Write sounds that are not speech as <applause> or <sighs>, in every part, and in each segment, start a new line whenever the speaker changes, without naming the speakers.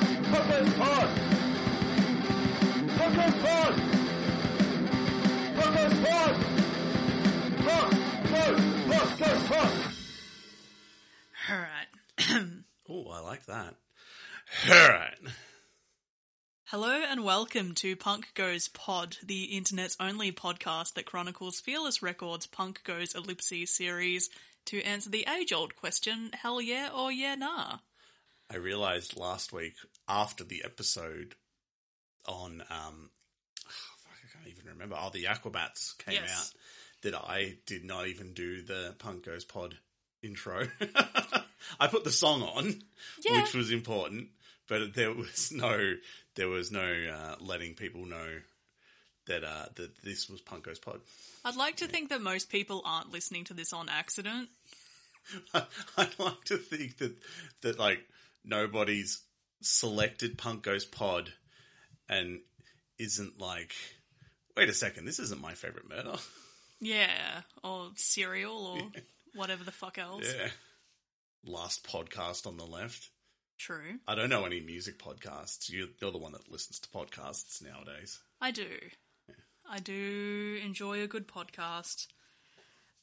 Focus on! Focus on! Focus on! Fuck! Fuck! Fuck! Fuck! Fuck!
All right.
Oh, I like that. All right.
Hello and welcome to Punk Goes Pod, the internet's only podcast that chronicles Fearless Records' Punk Goes Ellipses series to answer the age old question hell yeah or yeah nah.
I realized last week after the episode on, um, oh, fuck, I can't even remember. Oh, the Aquabats came
Yes.
out that I did not even do the Punk Goes Pod intro. <laughs> I put the song on,
Yeah.
which was important, but there was no, there was no uh, letting people know that uh, that this was Punk Goes Pod.
I'd like to think that most people aren't listening to this on accident.
<laughs> I'd like to think that that like nobody's selected Punk Ghost Pod and isn't like, wait a second, this isn't my favorite murder.
Yeah, or cereal
<laughs>
or whatever the fuck else.
yeah. Last podcast on the left.
True.
I don't know any music podcasts. You're, you're the one that listens to podcasts nowadays.
I do. I do enjoy a good podcast.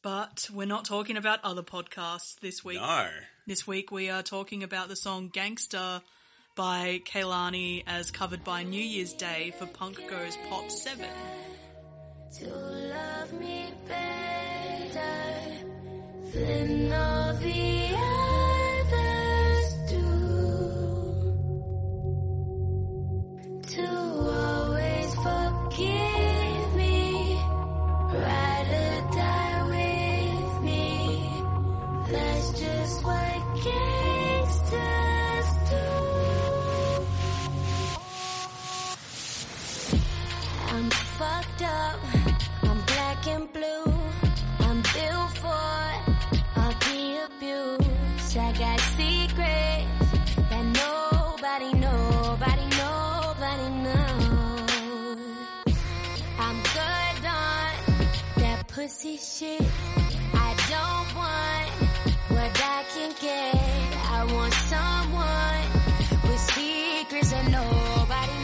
But we're not talking about other podcasts this week.
No.
This week we are talking about the song Gangster by Kaylani as covered by New Year's Day for Punk Goes Pop 7.
to love me better than all the others do. To always forgive me, ride or die with me. That's just what gangsters do. I'm fucked up. I'm black and blue. I'm built for all the abuse. I got secrets that nobody, nobody, nobody knows. I'm good on that pussy shit. I don't want what I can get. I want someone with secrets that nobody,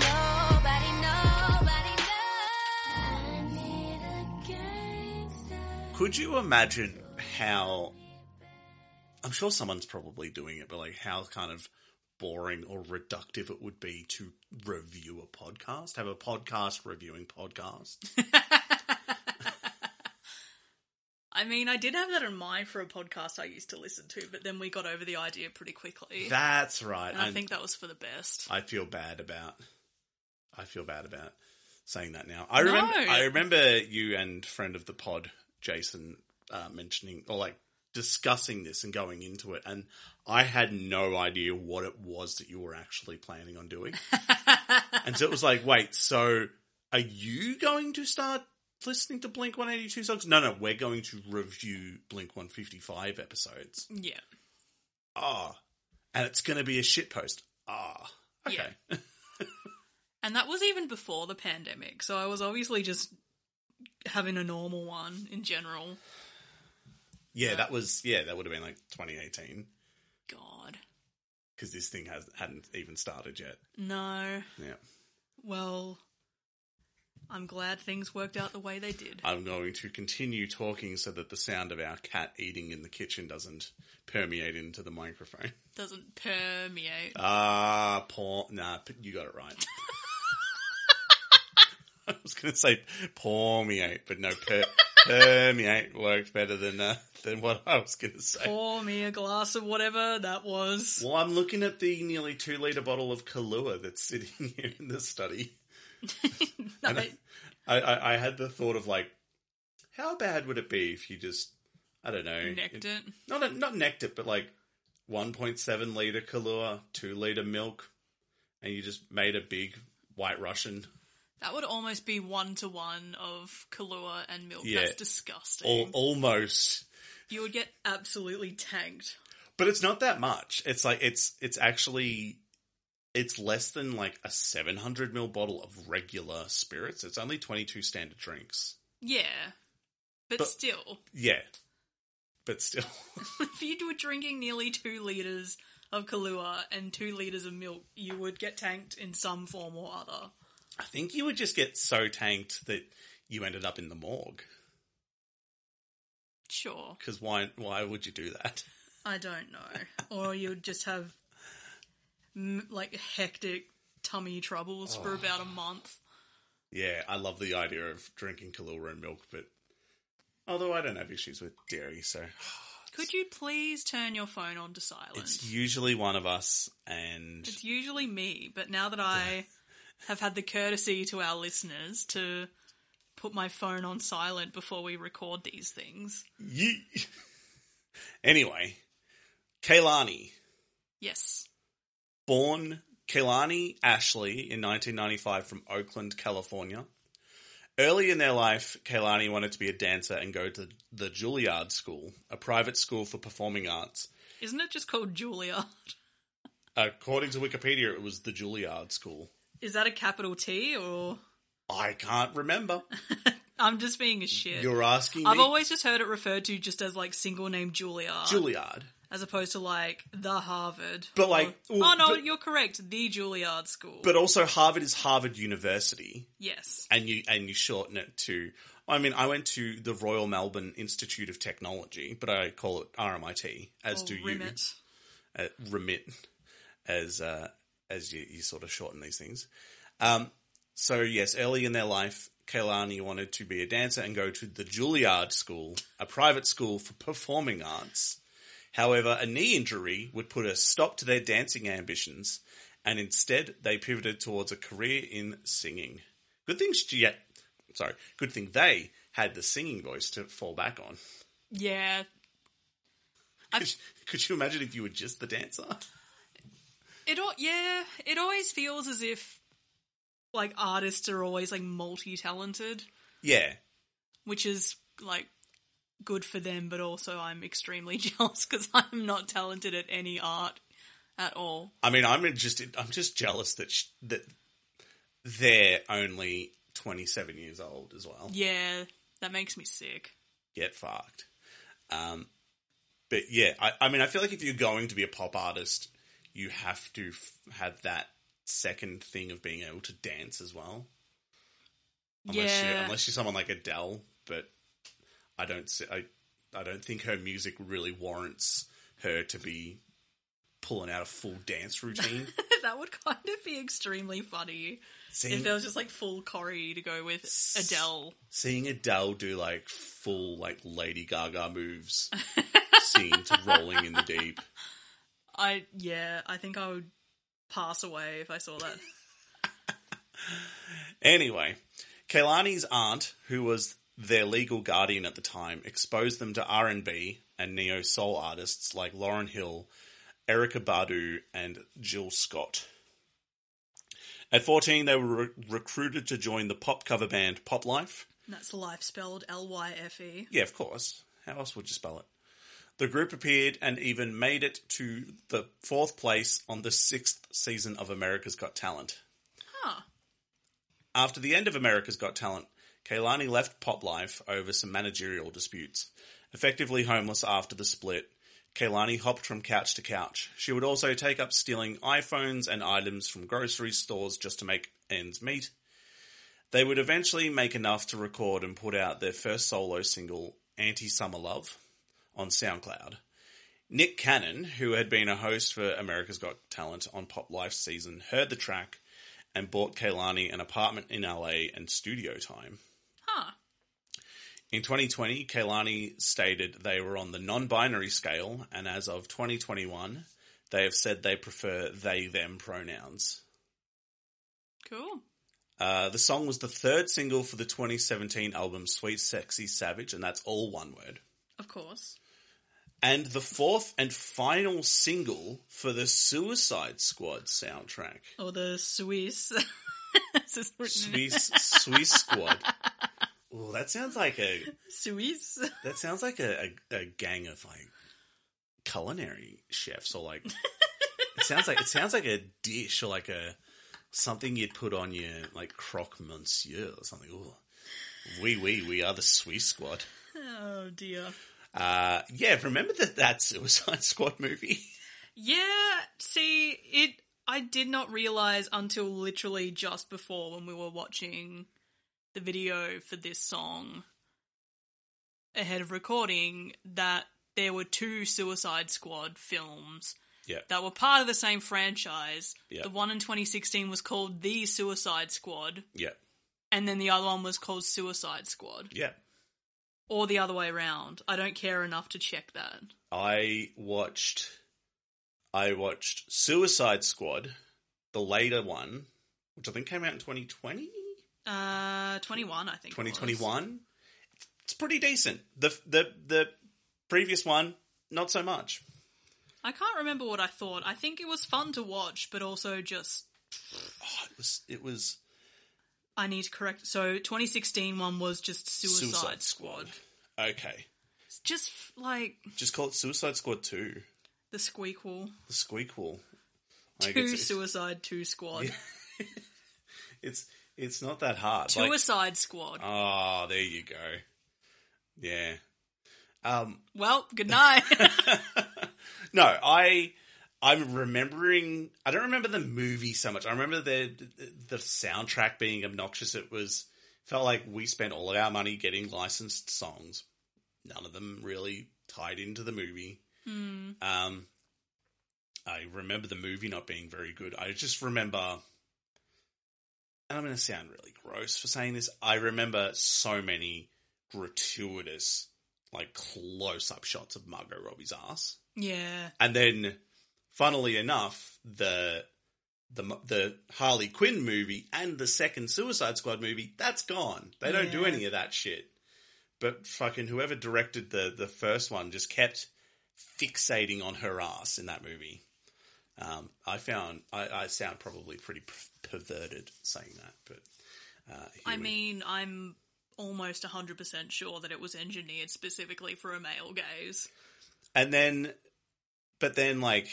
nobody, nobody knows. I need a gangster.
Could you imagine how? I'm sure someone's probably doing it, but like how kind of boring or reductive it would be to review a podcast, have a podcast reviewing
<laughs>
podcasts.
<laughs> I mean, I did have that in mind for a podcast I used to listen to, but then we got over the idea pretty quickly.
That's right.
and I
I'm-
think that was for the best.
I feel bad about. I feel bad about saying that now. I remember.
No.
I remember you and friend of the pod, Jason, uh, mentioning or like discussing this and going into it, and I had no idea what it was that you were actually planning on
<laughs>
doing. and so it was like, wait, so are you going to start? Listening to Blink 182 songs? No, no, we're going to review Blink 155 episodes.
yeah.
Ah. And it's going to be a shitpost. Ah. Okay.
Yeah. And that was even before the pandemic, so I was obviously just having a normal one in general.
Yeah, that was yeah, that would have been like 2018
God.
because this thing has hadn't even started yet.
No.
Yeah,
Well, I'm glad things worked out the way they did.
I'm going to continue talking so that the sound of our cat eating in the kitchen doesn't permeate into the microphone.
Doesn't permeate.
Ah, porn. Nah, p- you got it right. <laughs> I was going to say permeate, but no, per- permeate worked better than uh, than what I was going to say.
Pour me a glass of whatever that was.
Well, I'm looking at the nearly two liter bottle of Kahlua that's sitting <laughs> here in the study.
<laughs>
And I,
Like,
I, I, I had the thought of like, how bad would it be if you just, I don't know,
Necked it.
Not not necked it, but like 1.7 liter Kahlua, two liter milk, and you just made a big white Russian,
That would almost be one to one of Kahlua and milk.
Yeah.
That's disgusting.
or almost.
you would get absolutely tanked.
But it's not that much. It's like it's it's actually. It's less than like a 700 ml bottle of regular spirits. It's only 22 standard drinks.
Yeah. But,
But-
still, <laughs>
Yeah. But still.
if you were drinking nearly two litres of Kahlua and two liters of milk, you would get tanked in some form or other.
I think you would just get so tanked that you ended up in the morgue.
Sure,
Because why? Why would you do that? <laughs>
I don't know, or you'd just have m- like hectic tummy troubles for about a month.
Yeah, I love the idea of drinking Kahlua and milk, but although I don't have issues with dairy, so
Could you please turn your phone on to silent?
it's usually one of us. And
It's usually me, but now that I have had the courtesy to our listeners to put my phone on silent before we record these things.
you, <laughs> anyway, Kailani,
Yes.
born Kailani Ashley in 1995 from Oakland, California. Early in their life, Kailani wanted to be a dancer and go to the Juilliard School, a private school for performing arts.
Isn't it just called Julia?
According to Wikipedia, it was the Juilliard School.
Is that a capital T or
I can't remember.
I'm just being a shit.
You're asking
I've
me.
always just heard it referred to just as like single name Julia,
Juilliard.
as opposed to like the Harvard.
But, like,
Or-
well,
oh no,
but-
you're correct. The Juilliard School.
But also Harvard is Harvard University
yes,
and you and you shorten it to I mean I went to the Royal Melbourne Institute of Technology, but I call it RMIT as
Or
do you.
Rimmett.
Uh, remit as uh, as you, you sort of shorten these things. Um, so yes, early in their life, Kailani wanted to be a dancer and go to the Juilliard School, a private school for performing arts. However, a knee injury would put a stop to their dancing ambitions, and instead they pivoted towards a career in singing. Good thing she, yeah, sorry, good thing they had the singing voice to fall back on.
Yeah,
Could, you- <laughs> could you imagine if you were just the dancer?
It all, yeah, it always feels as if like artists are always like multi-talented,
Yeah,
which is like good for them, but also I'm extremely <laughs> jealous because I'm not talented at any art at all.
I mean, I'm just I'm just jealous that sh- that they're only 27 years old as well.
Yeah, that makes me sick.
Get fucked. Um, but yeah, I, I mean, I feel like if you're going to be a pop artist, you have to f- have that second thing of being able to dance as well. Unless you,
yeah,
unless you're someone like Adele, but I don't see, I I don't think her music really warrants her to be pulling out a full dance routine.
<laughs> that would kind of be extremely funny
Seeing-
if there was just like full Corey to go with Adele.
seeing Adele do like full like Lady Gaga moves, singing to "Rolling in the Deep."
I yeah, I think I would pass away if I saw that.
Anyway, Kailani's aunt, who was their legal guardian at the time, exposed them to R and B and neo soul artists like Lauren Hill, Erica Badu, and Jill Scott. At 14, they were re- recruited to join the pop cover band Pop Life.
And that's life spelled L Y F E.
Yeah, of course. How else would you spell it? The group appeared and even made it to the fourth place on the sixth season of America's Got Talent.
Huh.
After the end of America's Got Talent, Kailani left pop life over some managerial disputes. Effectively homeless after the split, Kailani hopped from couch to couch. She would also take up stealing iPhones and items from grocery stores just to make ends meet. They would eventually make enough to record and put out their first solo single, Anti Summer Love, on SoundCloud. Nick Cannon, who had been a host for America's Got Talent on Pop Life season, heard the track and bought Kailani an apartment in LA and studio time.
Huh.
In 2020, Kailani stated they were on the non binary scale, and as of 2021, they have said they prefer they them pronouns.
Cool.
Uh, the song was the third single for the 2017 album Sweet Sexy Savage, and that's all one word.
Of course.
And the fourth and final single for the Suicide Squad soundtrack.
Or the Swiss. <laughs> This is written in-
Swiss, Swiss Squad. Well, that sounds like a
Swiss. <laughs>
That sounds like a, a, a gang of like culinary chefs or like it sounds like it sounds like a dish or like a something you'd put on your like croque monsieur or something. Ooh. We we we are the Swiss squad.
Oh dear.
Uh yeah, remember that that Suicide <laughs> Squad movie?
Yeah, see, it. I did not realize until literally just before when we were watching the video for this song ahead of recording that there were two Suicide Squad films
Yeah.
that were part of the same franchise.
Yeah.
The one in 2016 was called The Suicide Squad,
yeah.
and then the other one was called Suicide Squad.
Yeah.
Or the other way around. I don't care enough to check that.
I watched I watched Suicide Squad, the later one, which I think came out in 2020,
Uh, 21, I think. it was.
2021. It's pretty decent. The the the previous one not so much.
I can't remember what I thought. I think it was fun to watch, but also just
Oh, it was it was
I need to correct. So 2016 one was just Suicide, Squad.
Okay.
It's Just f- like
Just call it Suicide Squad 2,
the squeakquel.
the squeakquel. Like
Two
it's, it's-
Suicide, Two Squad.
it's it's not that hard. Like-
Suicide Squad.
Oh, there you go. Yeah. Um
well, good night.
<laughs>
<laughs>
No, I I'm remembering. I don't remember the movie so much. I remember the the soundtrack being obnoxious. It was felt like we spent all of our money getting licensed songs. None of them really tied into the movie.
Hmm,
Um, I remember the movie not being very good. I just remember. And I'm going to sound really gross for saying this. I remember so many gratuitous, like close up shots of Margot Robbie's ass.
yeah.
And then, funnily enough, the the the Harley Quinn movie and the second Suicide Squad movie that's gone. They don't do
Yeah.
any of that shit. But fucking whoever directed the the first one just kept fixating on her ass in that movie. Um, I found I, I sound probably pretty per- perverted saying that, but uh, here
I
we-
mean, I'm almost 100% sure that it was engineered specifically for a male gaze.
and then but then like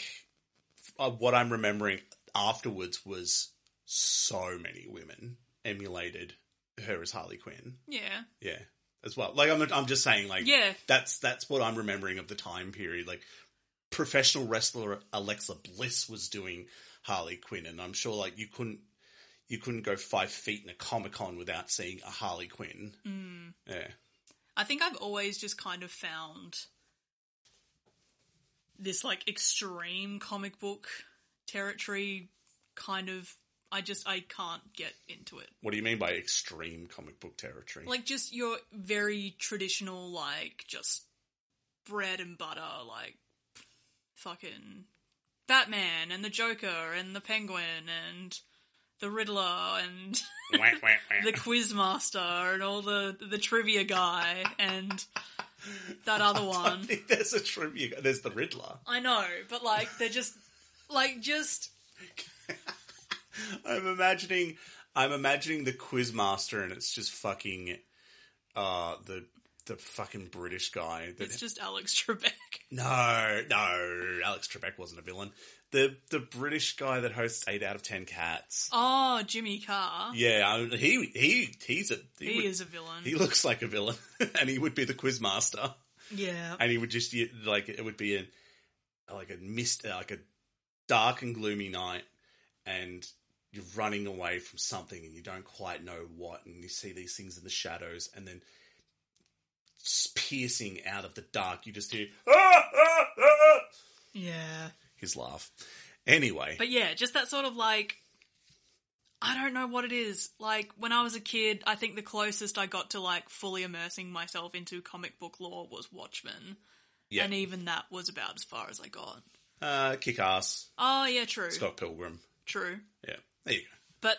uh, what i'm remembering afterwards was so many women emulated her as harley quinn
Yeah.
yeah as well like i'm, I'm just saying like
Yeah.
that's that's what i'm remembering of the time period like professional wrestler alexa bliss was doing harley quinn and i'm sure like you couldn't you couldn't go five feet in a comic con without seeing a harley quinn
Mm.
yeah
I think I've always just kind of found this like extreme comic book territory kind of I just I can't get into it.
what do you mean by extreme comic book territory
Like just your very traditional like just bread and butter like fucking Batman and the Joker and the Penguin and the Riddler and
<laughs>
<laughs>
Wah, wah, wah.
the Quizmaster and all the the trivia guy and that other one.
think there's a trivia. There's the Riddler.
I know, but like they're just like just
I'm imagining. I'm imagining the Quizmaster, and it's just fucking uh the the fucking British guy. That,
it's just Alex Trebek. <laughs>
no, no, Alex Trebek wasn't a villain. The the British guy that hosts Eight Out of Ten Cats.
Oh, Jimmy Carr.
Yeah, I, he he he's a he,
he
would-
is a villain.
He looks like a villain, <laughs> and he would be the Quizmaster.
yeah.
and he would just like it would be a like a mist like a dark and gloomy night and you're running away from something and you don't quite know what and you see these things in the shadows and then s- piercing out of the dark you just hear ah, ah, ah,"
yeah.
his laugh anyway
But yeah, just that sort of like I don't know what it is. Like when I was a kid, I think the closest I got to like fully immersing myself into comic book lore was Watchmen.
yeah
And even that was about as far as I got.
uh, kick ass
Oh yeah, true.
Scott Pilgrim
True.
yeah there you go
But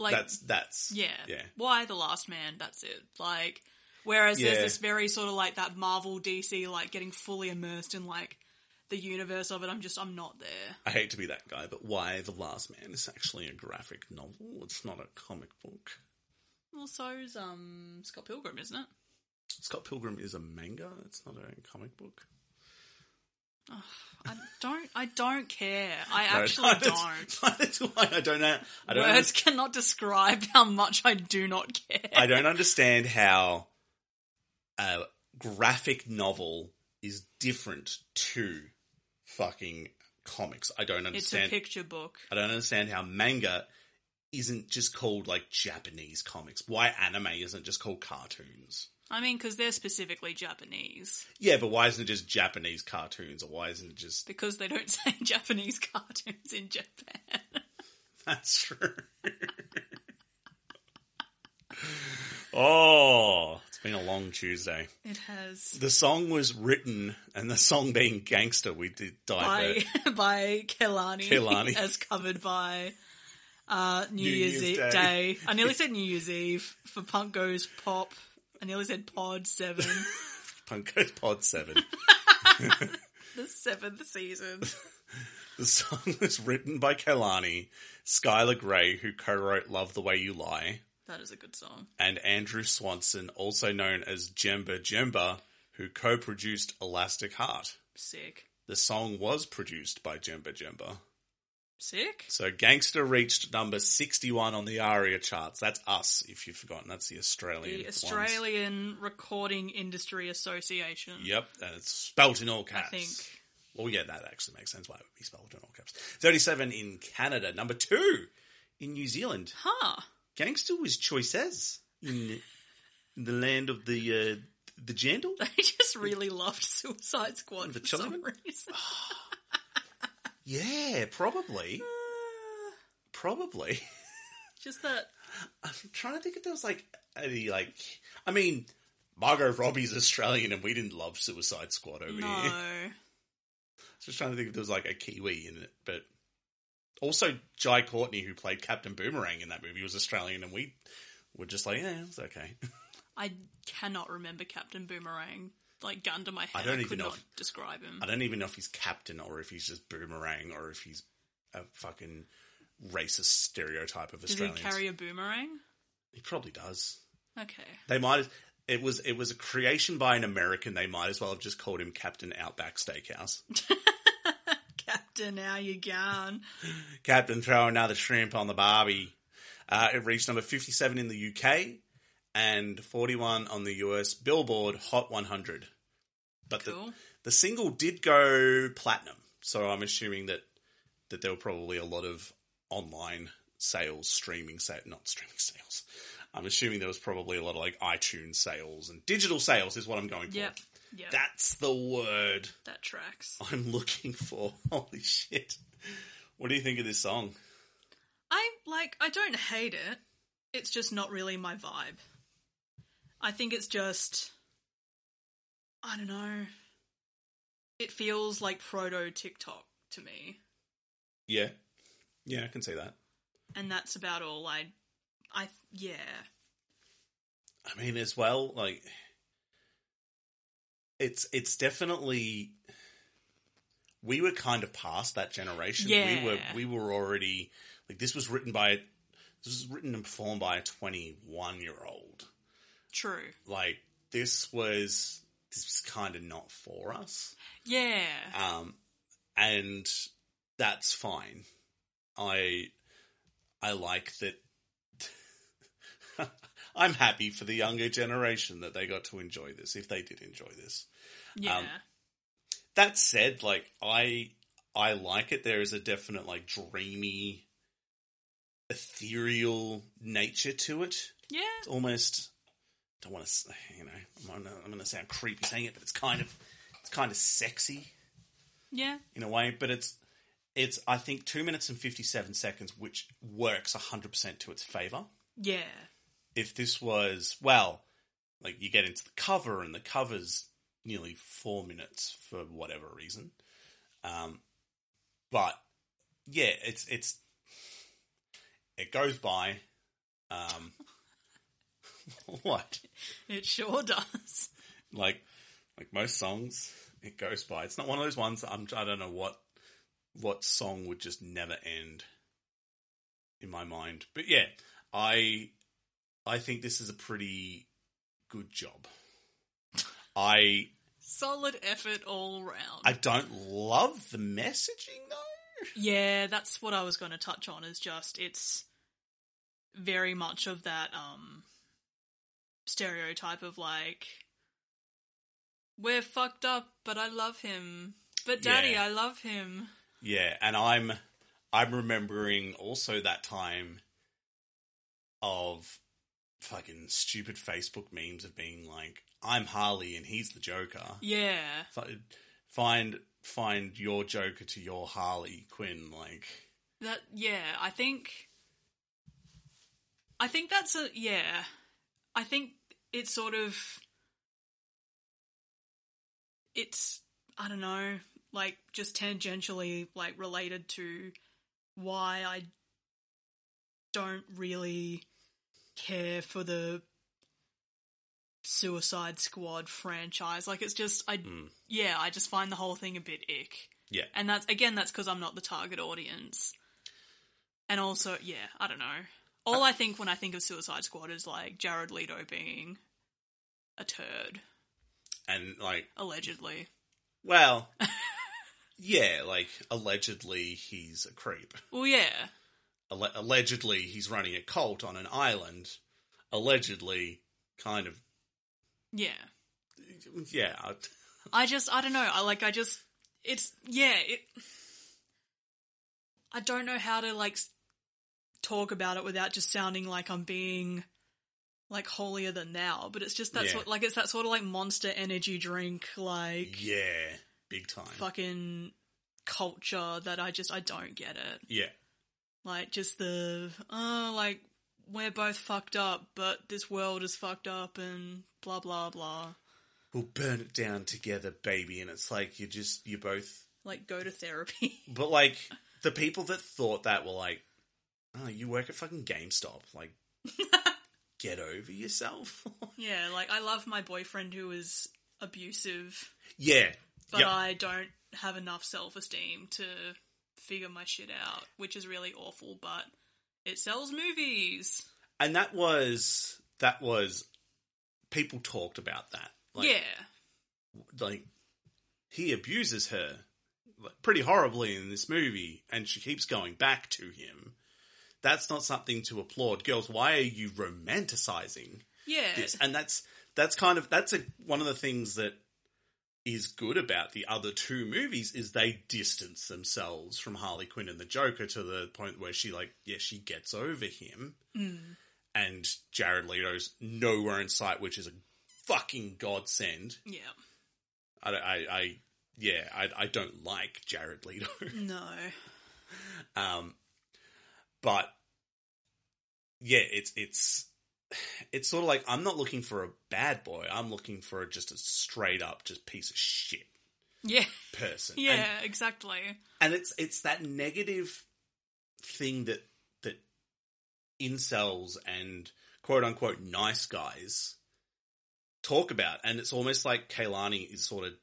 like
that's that's
Yeah.
yeah
Why the last man? That's it. Like, whereas
Yeah.
there's this very sort of like that Marvel DC, like getting fully immersed in like the universe of it. I'm just, I'm not there.
I hate to be that guy, but why The Last Man is actually a graphic novel. It's not a comic book.
Well, so's um Scott Pilgrim, isn't it?
Scott Pilgrim is a manga. It's not a comic book.
I don't, I don't care. I
No, <laughs>
actually
neither-
don't.
<laughs> neither do I. I don't know. I don't.
Words
Under,
cannot describe how much I do not care.
I don't understand how a graphic novel is different to fucking comics. I
It's
don't
a
understand.
picture book.
I don't understand how manga isn't just called like Japanese comics. Why anime isn't just called cartoons?
I mean, because they're specifically Japanese.
Yeah, but why isn't it just Japanese cartoons, or why isn't it just
Because they don't <laughs> say Japanese cartoons in Japan.
<laughs> that's true? oh, it's been a long Tuesday.
It has.
The song was written, and the song being "Gangster," we did divert.
By, <laughs> by Kelani, <laughs>
Kehlani.
As covered by uh, New,
New
Year's,
Year's
Eve
Day.
Day. I nearly
<laughs>
said New Year's Eve for Punk Goes Pop. I nearly said Pod
<laughs>
7.
Punk Goes Pod Seven.
the seventh season.
The song was written by Kalani, Skylar Gray, who co-wrote "Love the Way You Lie,"
That is a good song.
and Andrew Swanson, also known as Jemba Jemba, who co-produced "Elastic Heart."
Sick.
The song was produced by Jemba Jemba.
Sick?
So Gangster reached number 61 on the ARIA charts. That's us, if you've forgotten. That's the Australian.
The
ones.
Australian Recording Industry Association.
Yep, and it's spelt in all
I
caps.
think.
Well, yeah, that actually makes sense why it would be spelled in all caps. 37 in Canada, number 2 in New Zealand.
Huh. <laughs>
Gangster was choices in, in the land of the uh,
<laughs>
the gentle.
They just really loved Suicide Squad
The
for some
children? <sighs>
reason.
Yeah, probably.
Uh.
Probably.
just that.
I'm trying to think if there was like any like I mean Margot Robbie's Australian and we didn't love Suicide Squad over here. <laughs>
No.
Just trying to think if there was like a Kiwi in it, but also Jai Courtney who played Captain Boomerang in that movie was Australian and we were just like, yeah, it's okay. <laughs>
I cannot remember Captain Boomerang. Like, gun to my head.
I
I,
don't even
could
know
not
if-
describe him.
I don't even know if he's captain or if he's just boomerang or if he's a fucking racist stereotype of
Does he
Australians.
carry a boomerang?
he probably does.
Okay.
They might. It was it was a creation by an American. They might as well have just called him Captain Outback Steakhouse.
<laughs> Captain, how you going?
Captain, throw another shrimp on the barbie. Uh, it reached number fifty-seven in the UK and forty-one on the US Billboard Hot 100. But the
Cool.
the single did go platinum, so I'm assuming that that there were probably a lot of online sales, streaming sales, not streaming sales. I'm assuming there was probably a lot of like iTunes sales and digital sales is what I'm going for.
Yep. Yep. That,
That's the word <laughs>
tracks.
I'm looking for. Holy shit. What do you think of this song?
I like I don't hate it. It's just not really my vibe. I think it's just I don't know. It feels like proto TikTok to me,
Yeah. Yeah, I can see that.
and that's about all I I yeah.
I mean, as well, like it's it's definitely we were kind of past that generation.
Yeah.
We were we were already like this was written by this was written and performed by a twenty one year old.
True.
Like this was this was kind of not for us.
Yeah.
um, and that's fine. I I like that. <laughs> I'm happy for the younger generation that they got to enjoy this, if they did enjoy this.
Yeah.
Um, That said, like I I like it. There is a definite like dreamy, ethereal nature to it.
yeah.
It's almost don't want to you know I'm gonna, I'm gonna sound creepy saying it, but it's kind of it's kind of sexy.
Yeah.
in a way, but it's it's I think two minutes and fifty seven seconds, which works hundred percent to its favor.
Yeah.
If this was well, like you get into the cover and the cover's nearly four minutes for whatever reason, um, but yeah, it's it's it goes by. Um, <laughs> what
It sure <laughs> does.
like like most songs it goes by it's not one of those ones that I'm, i don't know what what song would just never end in my mind but yeah i i think this is a pretty good job i
Solid effort all round.
i don't love the messaging though
Yeah, that's what I was going to touch on. Is just it's very much of that um stereotype of like we're fucked up, but I love him. But daddy,
Yeah.
I love him.
Yeah, and I'm I'm remembering also that time of fucking stupid Facebook memes of being like, I'm Harley and he's the Joker.
Yeah.
Fi- Find find your Joker to your Harley Quinn, like
That yeah, I think I think that's a yeah. I think it's sort of it's I don't know, like just tangentially like related to why I don't really care for the Suicide Squad franchise. Like it's just I yeah, I just find the whole thing a bit ick.
hmm, yeah.
And that's again, that's because I'm not the target audience. And also, yeah, I don't know. All I think when I think of Suicide Squad is like Jared Leto being a turd,
And like
allegedly.
well Yeah, like allegedly he's a creep.
Well, yeah,
Alle- allegedly he's running a cult on an island. Allegedly kind of
yeah.
yeah, I-
I just, I don't know. I like, I just, it's, yeah, it. I don't know how to like s- talk about it without just sounding like I'm being like holier than thou. But it's just that
Yeah.
sort, like it's that sort of like monster energy drink, like
Yeah, big time.
fucking culture that I just I don't get it.
Yeah,
Like just the oh like we're both fucked up, but this world is fucked up and blah blah blah.
we'll burn it down together, baby. And it's like you're just you're both,
Like go to therapy. <laughs>
but like the people that thought that were like, oh, you work at fucking GameStop, like. Get over yourself. <laughs>
yeah, like I love my boyfriend who is abusive,
yeah,
but
Yep.
I don't have enough self esteem to figure my shit out, which is really awful, but it sells movies.
and that was that was people talked about that. Like,
yeah.
like he abuses her like, pretty horribly in this movie, and she keeps going back to him. That's not something to applaud, girls. Why are you romanticizing
Yeah.
this? And that's that's kind of that's a, one of the things that is good about the other two movies is they distance themselves from Harley Quinn and the Joker to the point where she like yeah she gets over him, and Jared Leto's nowhere in sight, which is a fucking godsend.
Yeah.
I, I, I yeah, I, I don't like Jared Leto. <laughs>
No. <laughs>
um, but yeah, it's it's it's sort of like I'm not looking for a bad boy. I'm looking for just a straight up, just piece of shit
Yeah.
person.
Yeah,
And
exactly.
and it's it's that negative thing that that incels and quote unquote nice guys talk about and it's almost like Kaylani is sort of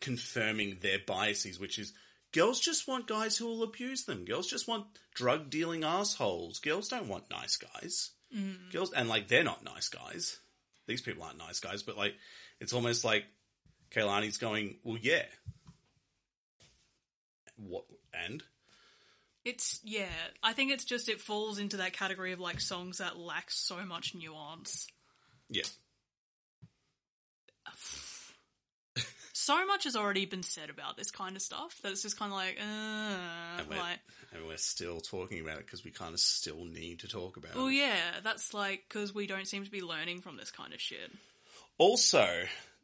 confirming their biases which is girls just want guys who will abuse them girls just want drug dealing assholes girls don't want nice guys girls and like they're not nice guys these people aren't nice guys but like it's almost like Kaylani's going well yeah what and
It's yeah. I think it's just it falls into that category of like songs that lack so much nuance.
Yeah.
So much has already been said about this kind of stuff that it's just kind of like, uh,
And we're,
like,
and we're still talking about it because we kind of still need to talk about
oh
it.
yeah, that's like because we don't seem to be learning from this kind of shit.
Also,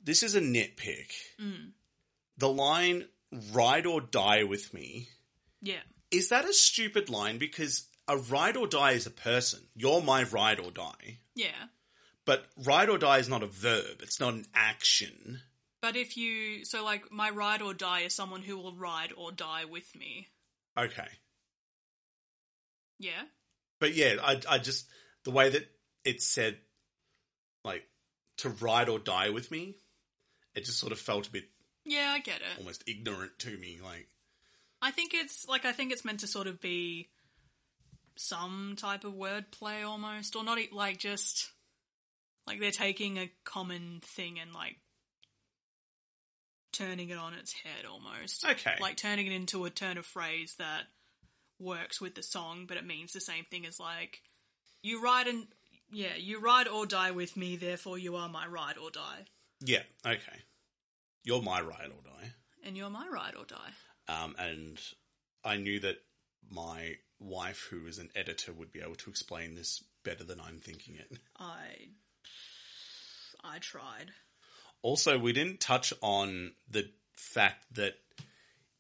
this is a nitpick.
Mm.
The line, ride or die with me,
Yeah,
is that a stupid line? Because a ride or die is a person. You're my ride or die.
yeah.
But ride or die is not a verb, it's not an action.
But if you so like my ride or die is someone who will ride or die with me.
Okay.
Yeah,
But yeah, I, I just, the way that it said, like, to ride or die with me, it just sort of felt a bit
yeah, I get it.
almost ignorant to me. Like,
I think it's like I think it's meant to sort of be some type of wordplay almost, or not e- like just like they're taking a common thing and like turning it on its head almost.
Okay.
like turning it into a turn of phrase that works with the song, but it means the same thing as like you ride and yeah, you ride or die with me. Therefore, you are my ride or die,
yeah, okay, you're my ride or die.
and you're my ride or die.
Um, and I knew that my wife, who is an editor, would be able to explain this better than I'm thinking it.
I I tried.
Also, we didn't touch on the fact that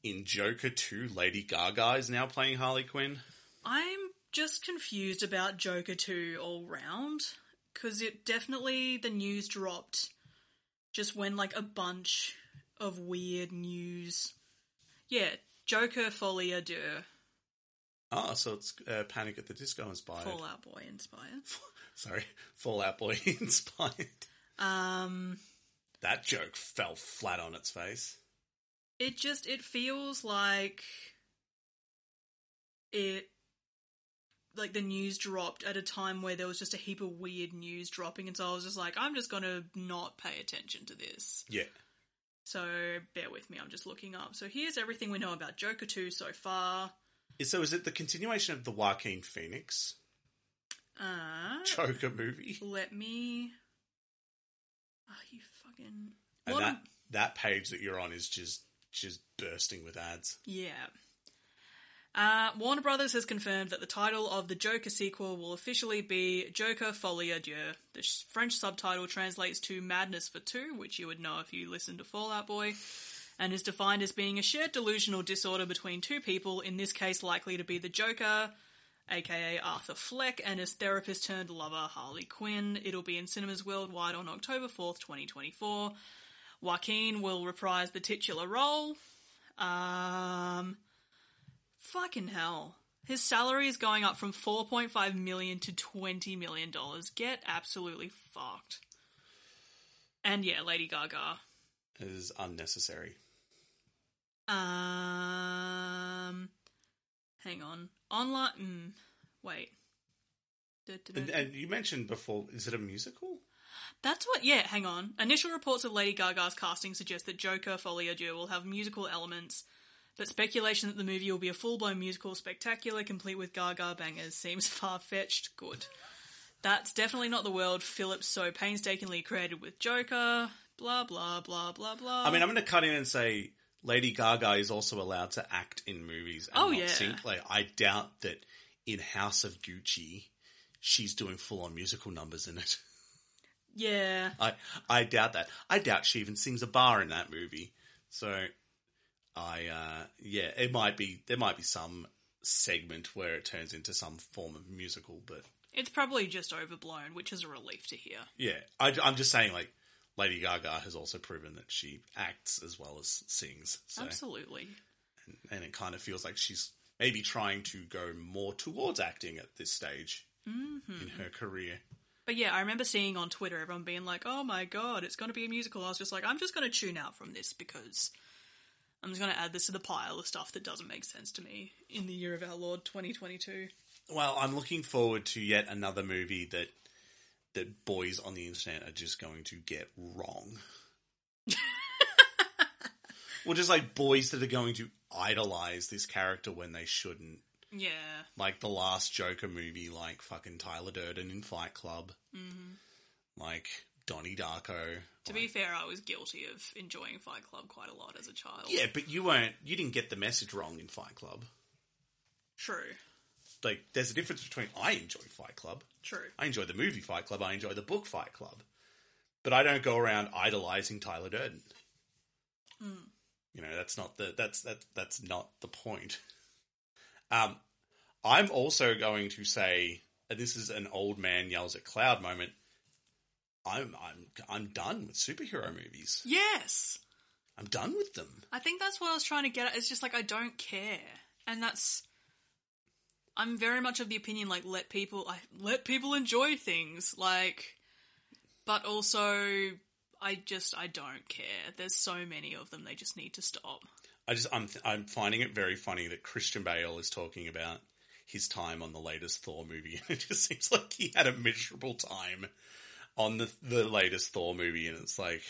in Joker 2, Lady Gaga is now playing Harley Quinn.
I'm just confused about Joker 2 all round because it definitely the news dropped just when like a bunch of weird news. Yeah, Joker Folia Deux,
Ah, so it's uh, Panic at the Disco inspired.
Fallout Boy inspired.
Sorry, <laughs> Fallout Boy inspired.
Um,
That joke fell flat on its face.
it just it feels like it like the news dropped at a time where there was just a heap of weird news dropping and so I was just like I'm just going to not pay attention to this.
Yeah.
So bear with me, I'm just looking up. So here's everything we know about Joker 2 so far.
So is it the continuation of the Joaquin Phoenix
Uh,
Joker movie?
let me. Are you fucking.
And
What
that,
a-
that page that you're on is just just bursting with ads.
Yeah. Uh, Warner Brothers has confirmed that the title of the Joker sequel will officially be Joker Folie à Dieu. The sh- French subtitle translates to Madness for Two, which you would know if you listened to Fallout Boy, and is defined as being a shared delusional disorder between two people, in this case, likely to be the Joker, aka Arthur Fleck, and his therapist turned lover, Harley Quinn. It'll be in cinemas worldwide on October 4th, 2024. Joaquin will reprise the titular role. Um, fucking hell. His salary is going up from 4.5 million to 20 million dollars. Get absolutely fucked. And yeah, Lady Gaga.
It is unnecessary.
Um, hang on. Online. Mm, wait. Du-du-du.
And, and you mentioned before, is it a musical?
That's what. Yeah, hang on. Initial reports of Lady Gaga's casting suggest that Joker Folie à Dieu will have musical elements, but speculation that the movie will be a full-blown musical spectacular complete with Gaga bangers seems <laughs> far-fetched. Good. That's definitely not the world Phillips so painstakingly created with Joker. Blah blah blah blah blah.
I mean, I'm going to cut in and say Lady Gaga is also allowed to act in movies. And
Oh,
not
yeah.
Sing. Like, I doubt that in House of Gucci, she's doing full on musical numbers in it.
yeah.
I, I doubt that. I doubt she even sings a bar in that movie. So, I, uh, yeah, it might be, there might be some segment where it turns into some form of musical, but
It's probably just overblown, which is a relief to hear.
yeah, I, I'm just saying, like, Lady Gaga has also proven that she acts as well as sings. So.
Absolutely.
and it kind of feels like she's maybe trying to go more towards acting at this stage in her career.
But yeah, I remember seeing on Twitter everyone being like, "Oh my god, it's going to be a musical." I was just like, "I'm just going to tune out from this because I'm just going to add this to the pile of stuff that doesn't make sense to me in the year of our Lord 2022."
Well, I'm looking forward to yet another movie that that boys on the internet are just going to get wrong. well, just like boys that are going to idolize this character when they shouldn't.
Yeah,
Like the last Joker movie, like fucking Tyler Durden in Fight Club, like Donnie Darko.
to be fair, I was guilty of enjoying Fight Club quite a lot as a child.
Yeah, but you weren't. You didn't get the message wrong in Fight Club.
true,
Like, there's a difference between I enjoy Fight Club.
true.
I enjoy the movie Fight Club. I enjoy the book Fight Club. But I don't go around idolizing Tyler Durden. You know, that's not the that's that that's not the point. Um, I'm also going to say, and this is an old man yells at cloud moment. I'm I'm I'm done with superhero movies.
Yes,
I'm done with them.
I think that's what I was trying to get at. It's just like I don't care, and that's. I'm very much of the opinion like let people I let people enjoy things like, but also I just I don't care. There's so many of them. They just need to stop.
I just I'm I'm finding it very funny that Christian Bale is talking about his time on the latest Thor movie, <laughs> and it just seems like he had a miserable time on the the latest Thor movie, and it's like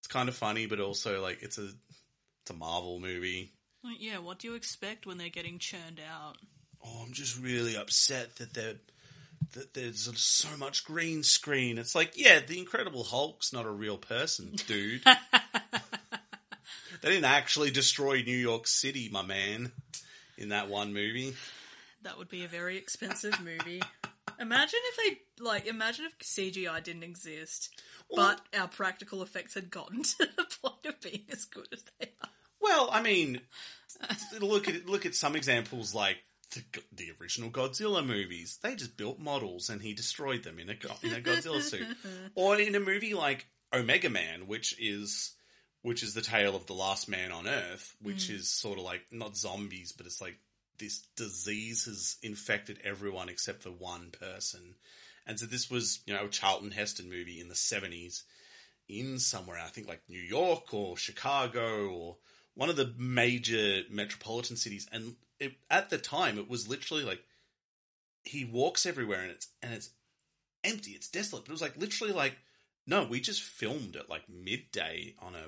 it's kind of funny, but also like it's a it's a Marvel movie.
Like, yeah, what do you expect when they're getting churned out?
Oh, I'm just really upset that they're. That there's so much green screen. It's like, yeah, the Incredible Hulk's not a real person, dude. they didn't actually destroy New York City, my man. in that one movie.
That would be a very expensive movie. Imagine if they like. Imagine if CGI didn't exist, but our practical effects had gotten <laughs> to the point of being as good as they are.
Well, I mean, look at look at some examples like the, Go- the original Godzilla movies. They just built models and he destroyed them in a Go- in a Godzilla suit, or in a movie like Omega Man, which is which is the tale of the last man on Earth, which is sort of like not zombies, but it's like this disease has infected everyone except for one person. And so this was, you know, a Charlton Heston movie in the seventies in somewhere, I think like New York or Chicago or one of the major metropolitan cities. And it, at the time, it was literally like he walks everywhere and it's and it's empty, it's desolate. But it was like literally like no, we just filmed at like midday on a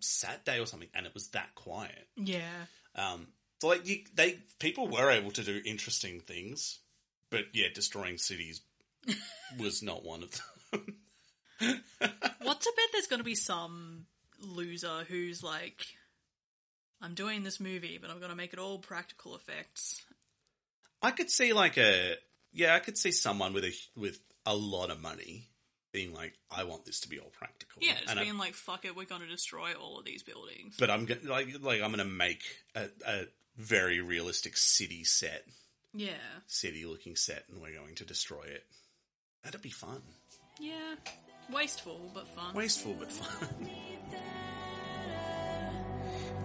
Saturday or something, and it was that quiet.
Yeah,
Um, so like you, they people were able to do interesting things, but yeah, destroying cities was not one of them.
What's a bet there's going to be some loser who's like, I'm doing this movie, but I'm going to make it all practical effects.
I could see like a yeah, I could see someone with a with a lot of money being like, I want this to be all practical.
Yeah, just
And I-
being like, fuck it, we're going to destroy all of these buildings.
but I'm gonna like like I'm gonna make a, a very realistic city set,
Yeah,
city looking set, and we're going to destroy it. That'd be fun,
yeah. Wasteful, but fun.
wasteful but fun. <laughs>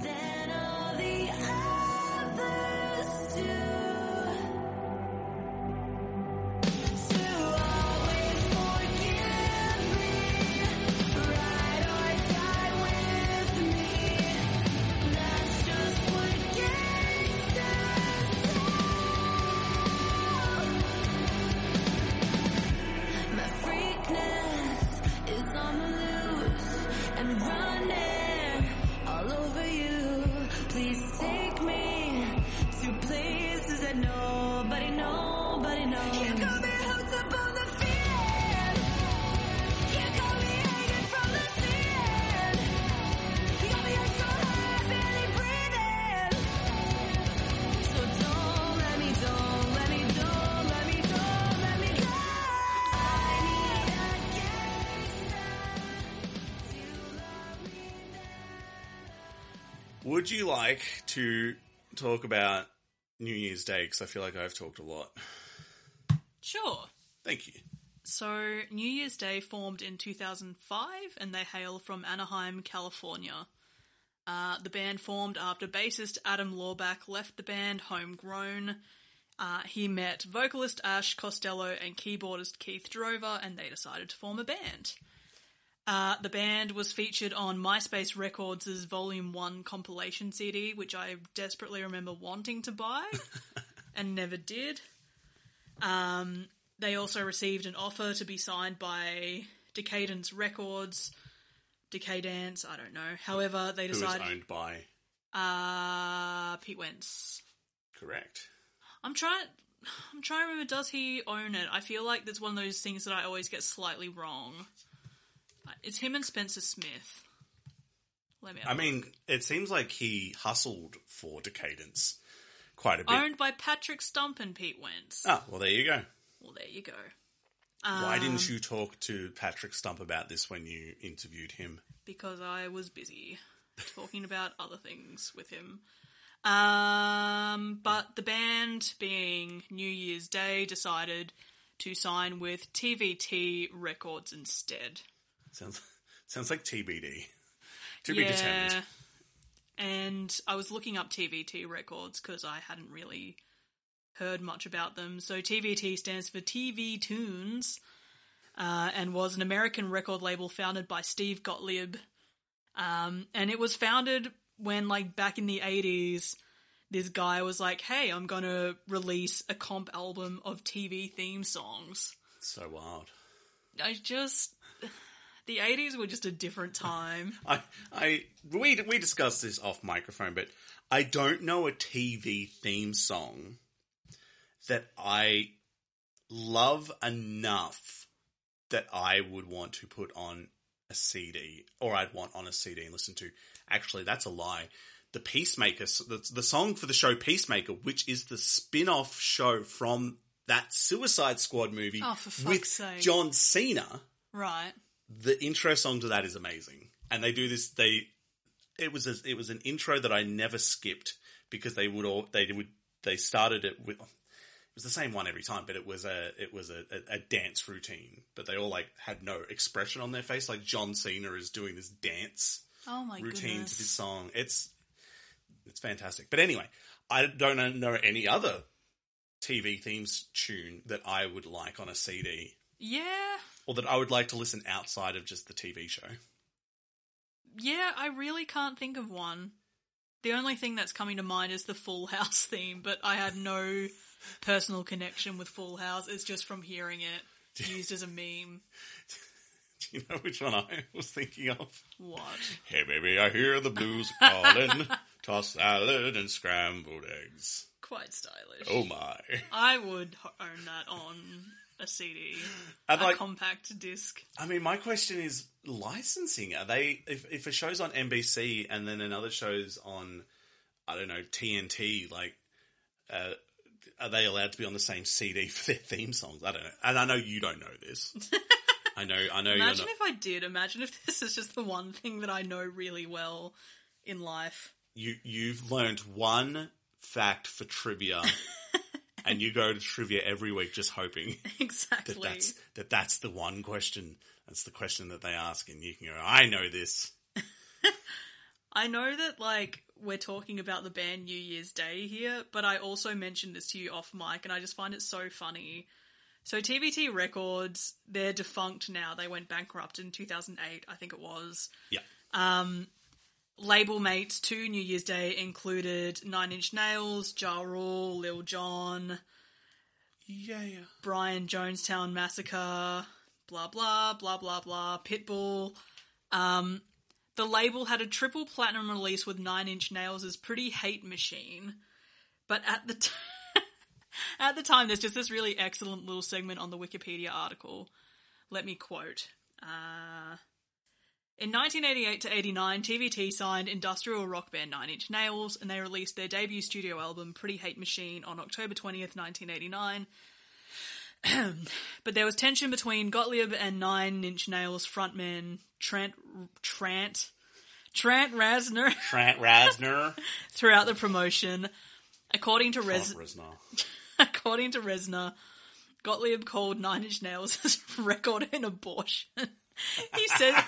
Than all the others do. To always forgive me, ride or die with me. That's just what gangsters do. My freakness is on the loose and running all over you. Please take me to places that nobody, nobody knows. You got me hooked up on the feeling. You got me hanging from the ceiling. You got me hung so high, barely breathing. So don't let me, don't let me, don't let me, don't let me go. I need a gangster to love me.
Would you like to talk about New Year's Day? Because I feel like I've talked a lot.
Sure.
Thank you.
So, New Year's Day formed in 2005 and they hail from Anaheim, California. Uh, the band formed after bassist Adam Laurbach left the band homegrown. Uh, he met vocalist Ash Costello and keyboardist Keith Drover and they decided to form a band. Uh, the band was featured on MySpace Records' Volume 1 compilation CD, which I desperately remember wanting to buy and never did. Um, they also received an offer to be signed by Decadence Records, Decadence, I don't know. However, they
Who is
decided
owned by?
uh, Pete Wentz.
Correct.
I'm trying. <sighs> I'm trying to remember. Does he own it? I feel like that's one of those things that I always get slightly wrong. It's him and Spencer Smith. Let me.
I mean, it seems like he hustled for Decadence quite a bit.
owned by Patrick Stump and Pete Wentz.
Ah, well, there you go.
Well, there you go.
Why didn't you talk to Patrick Stump about this when you interviewed him?
because I was busy talking about other things with him. Um, but the band, being New Year's Day, decided to sign with TVT Records instead.
Sounds <laughs> sounds like TBD. To be determined.
And I was looking up TVT records because I hadn't really heard much about them. So TVT stands for TV Tunes uh, and was an American record label founded by Steve Gottlieb. Um, and it was founded when, like, back in the 80s, this guy was like, hey, I'm going to release a comp album of TV theme songs.
So wild.
I just. The 80s were just a different time.
I I we we discussed this off microphone, but I don't know a TV theme song that I love enough that I would want to put on a CD or I'd want on a CD and listen to. Actually, that's a lie. the Peacemaker, s- the, the song for the show Peacemaker, which is the spin off show from that Suicide Squad movie
Oh, for fuck's
with
sake.
John Cena.
Right.
The intro song to that is amazing. And they do this, they, it was, a, it was an intro that I never skipped because they would all, they would, they started it with, it was the same one every time, but it was a, it was a, a, a dance routine, but they all like had no expression on their face. Like John Cena is doing this dance
Oh my
routine to this
goodness.
song. It's it's fantastic. But anyway, I don't know any other TV themes tune that I would like on a CD
Yeah.
or that I would like to listen outside of just the TV show.
Yeah, I really can't think of one. The only thing that's coming to mind is the Full House <laughs> theme, but I had no personal connection with Full House. It's just from hearing it used as a meme.
Do <laughs> you know which one I was thinking of?
What?
Hey baby, I hear the blues
<laughs>
calling. Toss salad and scrambled eggs.
Quite stylish.
Oh my.
I would h- own that on a CD,
I'd
a
like Oh,
compact disc.
I mean, my question is licensing. Are they if if a show's on NBC and then another show's on I don't know TNT? Like, uh, are they allowed to be on the same CD <laughs> for their theme songs? I don't know. And I know you don't know
<laughs>
this. I know. I know.
Imagine
you're not,
if I did. Imagine if <laughs> this is just the one thing that I know really well in life. <laughs>
you you've learned one fact for trivia, and you go to trivia every week just hoping
Exactly.
that that's that that's the one question. That's the question that they ask, and you can go, "I know this."
I know that like we're talking about the band New Year's Day here, but I also mentioned this to you off mic and I just find it so funny. So TBT Records, they're defunct now. They went bankrupt in 2008, I think it was.
Yeah.
Label mates to New Year's Day included Nine Inch Nails, Ja Rule, Lil Jon,
Yeah. yeah.
Brian Jonestown Massacre, blah blah blah blah blah, Pitbull. Um, the label had a triple platinum release with Nine Inch Nails' as "Pretty Hate Machine," but at the t- <laughs> at the time, there's just this really excellent little segment on the Wikipedia article. Let me quote. Uh, in 1988 to 89, TVT signed industrial rock band Nine Inch Nails, and they released their debut studio album, Pretty Hate Machine, on October 20th, 1989. But there was tension between Gottlieb and Nine Inch Nails frontman Trent Trant Trant Reznor <laughs>
Trent Reznor.
throughout the promotion. According to
Trent
Res-
Reznor.
<laughs> according to Reznor, Gottlieb called Nine Inch Nails <laughs> his record an abortion. <laughs> he said <laughs>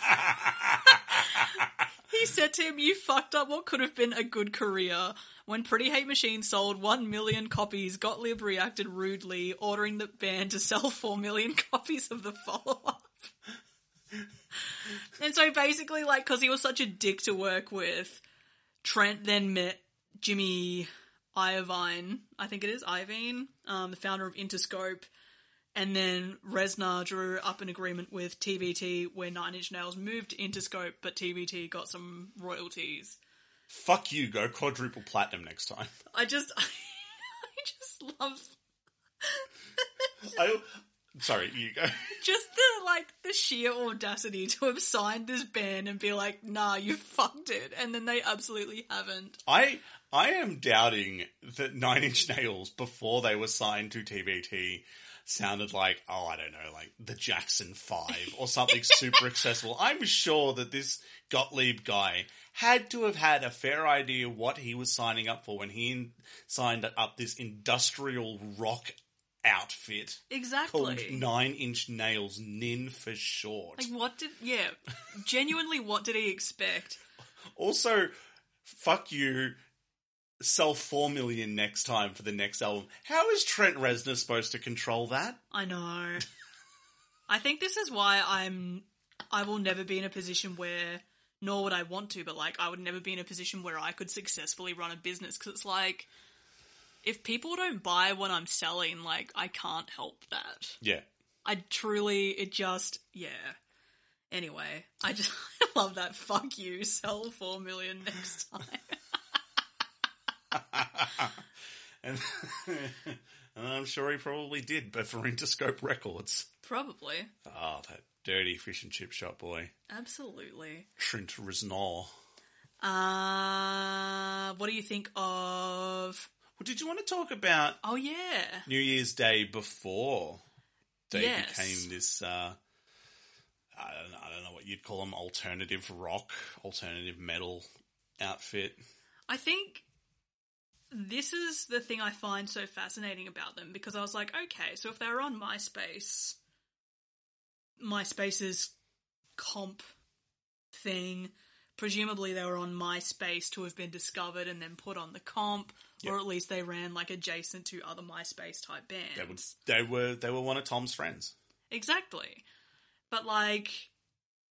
He said to him, You fucked up what could have been a good career. When Pretty Hate Machine sold one million copies, Gottlieb reacted rudely, ordering the band to sell four million <laughs> copies of the follow up. <laughs> and so basically, like, because he was such a dick to work with, Trent then met Jimmy Iovine, I think it is, Ivine, um, the founder of Interscope. And then Reznor drew up an agreement with TBT where Nine Inch Nails moved to Interscope, but TBT got some royalties.
Fuck you, go quadruple platinum next time.
I just, <laughs> I just love
I, sorry, you go.
just the like the sheer audacity to have signed this band and be like, nah, you fucked it, and then they absolutely haven't.
I I am doubting that Nine Inch Nails before they were signed to TBT sounded like oh I don't know like the Jackson Five or something super accessible. I'm sure that this Gottlieb guy had to have had a fair idea what he was signing up for when he in- signed up this industrial rock outfit
Exactly.
called Nine Inch Nails Nin for short.
Like what did yeah, genuinely what did he expect?
Also, fuck you. Sell four million next time for the next album. How is Trent Reznor supposed to control that?
I know. I think this is why I'm I will never be in a position where nor would I want to, but like I would never be in a position where I could successfully run a business cuz it's like if people don't buy what I'm selling, like I can't help that.
Yeah,
I truly, it just, yeah. Anyway, I just <laughs> I love that. Fuck you, sell four million next <laughs> time.
and, and Uh, I'm sure he probably did, but for <laughs> Interscope Records.
Probably,
Ah, that dirty fish and chip shop boy,
absolutely.
Trent Reznor.
Uh, what do you think of?
Well, did you want to talk about
Oh yeah,
New Year's Day before they
Yes.
became this? Uh, I don't, I don't know what you'd call them. Alternative rock, alternative metal outfit.
I think this is the thing I find so fascinating about them because I was like, okay, so if they were on MySpace, MySpace's comp thing, presumably they were on MySpace to have been discovered and then put on the comp, or
Yep.
at least they ran like adjacent to other MySpace type bands.
They would. They were. They were one of Tom's friends.
Exactly. But like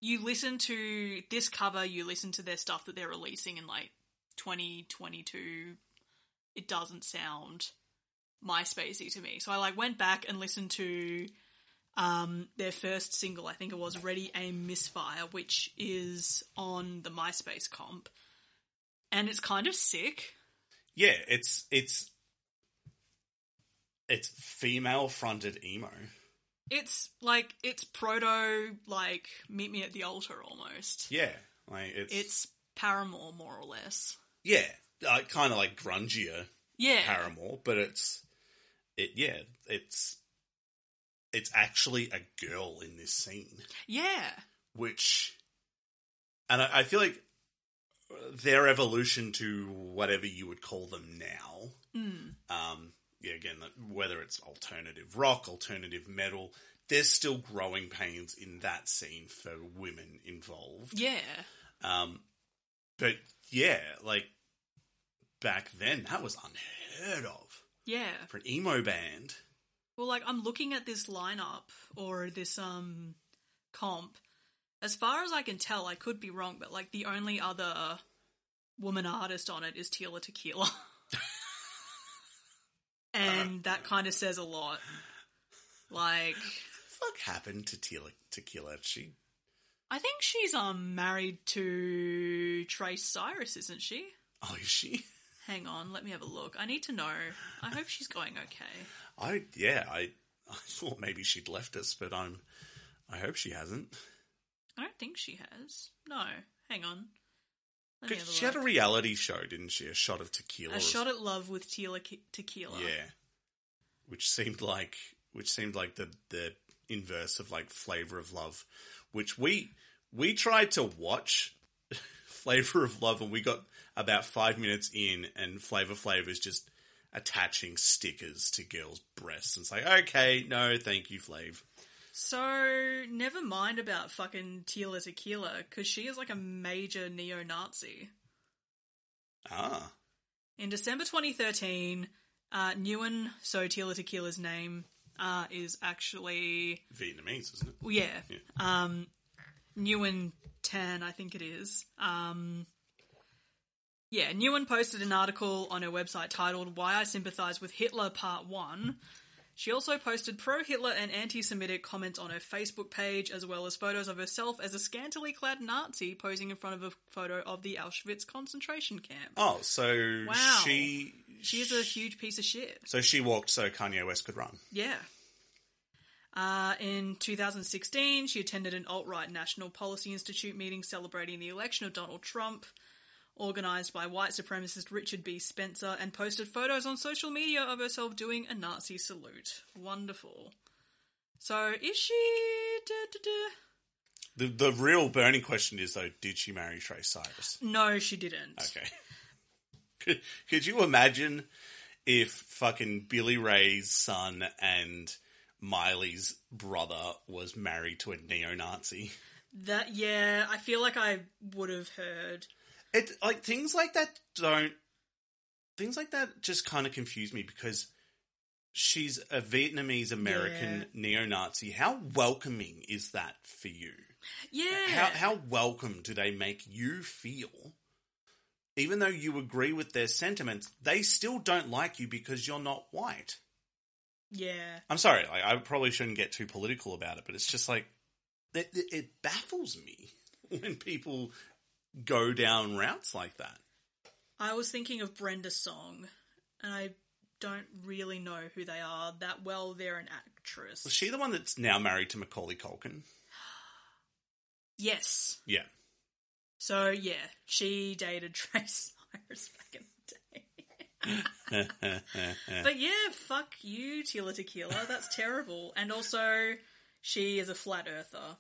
you listen to this cover, you listen to their stuff that they're releasing in like 2022. It doesn't sound MySpacey to me. So I like went back and listened to um their first single, I think it was Ready Aim Misfire, which is on the MySpace comp. And it's kind of sick.
Yeah, it's it's it's female fronted emo.
It's like it's proto like meet me at the altar almost.
Yeah, like it's
It's Paramore, more or less.
yeah, uh, kind of like grungier
Yeah.
Paramore, but it's it yeah, it's it's actually a girl in this scene,
yeah.
which and I, I feel like their evolution to whatever you would call them now
Mm.
um, yeah, again, that- whether it's alternative rock, alternative metal, there's still growing pains in that scene for women involved.
Yeah.
Um, but yeah, like back then, that was unheard of
Yeah.
for an emo band.
Well, like I'm looking at this lineup or this um comp. As far as I can tell, I could be wrong, but like the only other woman artist on it is Tila Tequila. <laughs> and that kind of says a lot. Like
Fuck happened to Tequila? Tequila? She
I think she's um married to Trace Cyrus, isn't she?
oh, is she?
Hang on, let me have a look. I need to know. I hope she's going okay.
I yeah, I <laughs> I thought maybe she'd left us, but I'm I hope she hasn't.
I don't think she has. No, hang on. Let me
'Cause
have a
She had a
look.
reality show, didn't she? A shot of tequila.
A
or
shot at love with tequila. tequila.
Yeah, which seemed like which seemed like the the inverse of like Flavor of Love, which we we tried to watch <laughs> Flavor of Love, and we got about five minutes in, and Flavor Flav is just attaching stickers to girls' breasts, and it's like, okay, no, thank you, Flav.
So never mind about fucking Tila Tequila because she is like a major neo-Nazi.
Ah,
In December 2013, uh, Nguyen, so Tila Tequila's name, uh, is actually
Vietnamese, isn't it?
Well, yeah. Um, Nguyen Tan, I think it is. Um, yeah, Nguyen posted an article on her website titled Why I Sympathize with Hitler Part 1. She also posted pro Hitler and anti Semitic comments on her Facebook page, as well as photos of herself as a scantily clad Nazi posing in front of a photo of the Auschwitz concentration camp.
Oh, so
Wow.
she
She is a huge piece of shit.
so she walked so Kanye West could run.
Yeah. Uh, in 2016, she attended an alt right National Policy Institute meeting celebrating the election of Donald Trump, organised by white supremacist Richard B. Spencer, and posted photos on social media of herself doing a Nazi salute. Wonderful. So, is she. duh, duh, duh.
The the real burning question is though, did she marry Trey Cyrus?
No, she didn't.
Okay. <laughs> Could, could you imagine if fucking Billy Ray's son and Miley's brother was married to a neo-Nazi?
That, yeah, I feel like I would have heard.
It like things like that don't things like that just kind of confuse me because she's a Vietnamese American
Yeah.
neo-Nazi. How welcoming is that for you?
Yeah.
How how welcome do they make you feel? Even though you agree with their sentiments, they still don't like you because you're not white.
yeah.
I'm sorry, like, I probably shouldn't get too political about it, but it's just like it, it, it baffles me <laughs> when people go down routes like that.
I was thinking of Brenda Song, and I don't really know who they are that well. They're an actress.
Was she the one that's now married to Macaulay Culkin?
yes.
Yeah, <laughs>
So yeah, she dated <laughs> Trey Cyrus back in the day. but yeah, fuck you, Tila Tequila.
<laughs>
That's terrible. And also, she is a flat earther.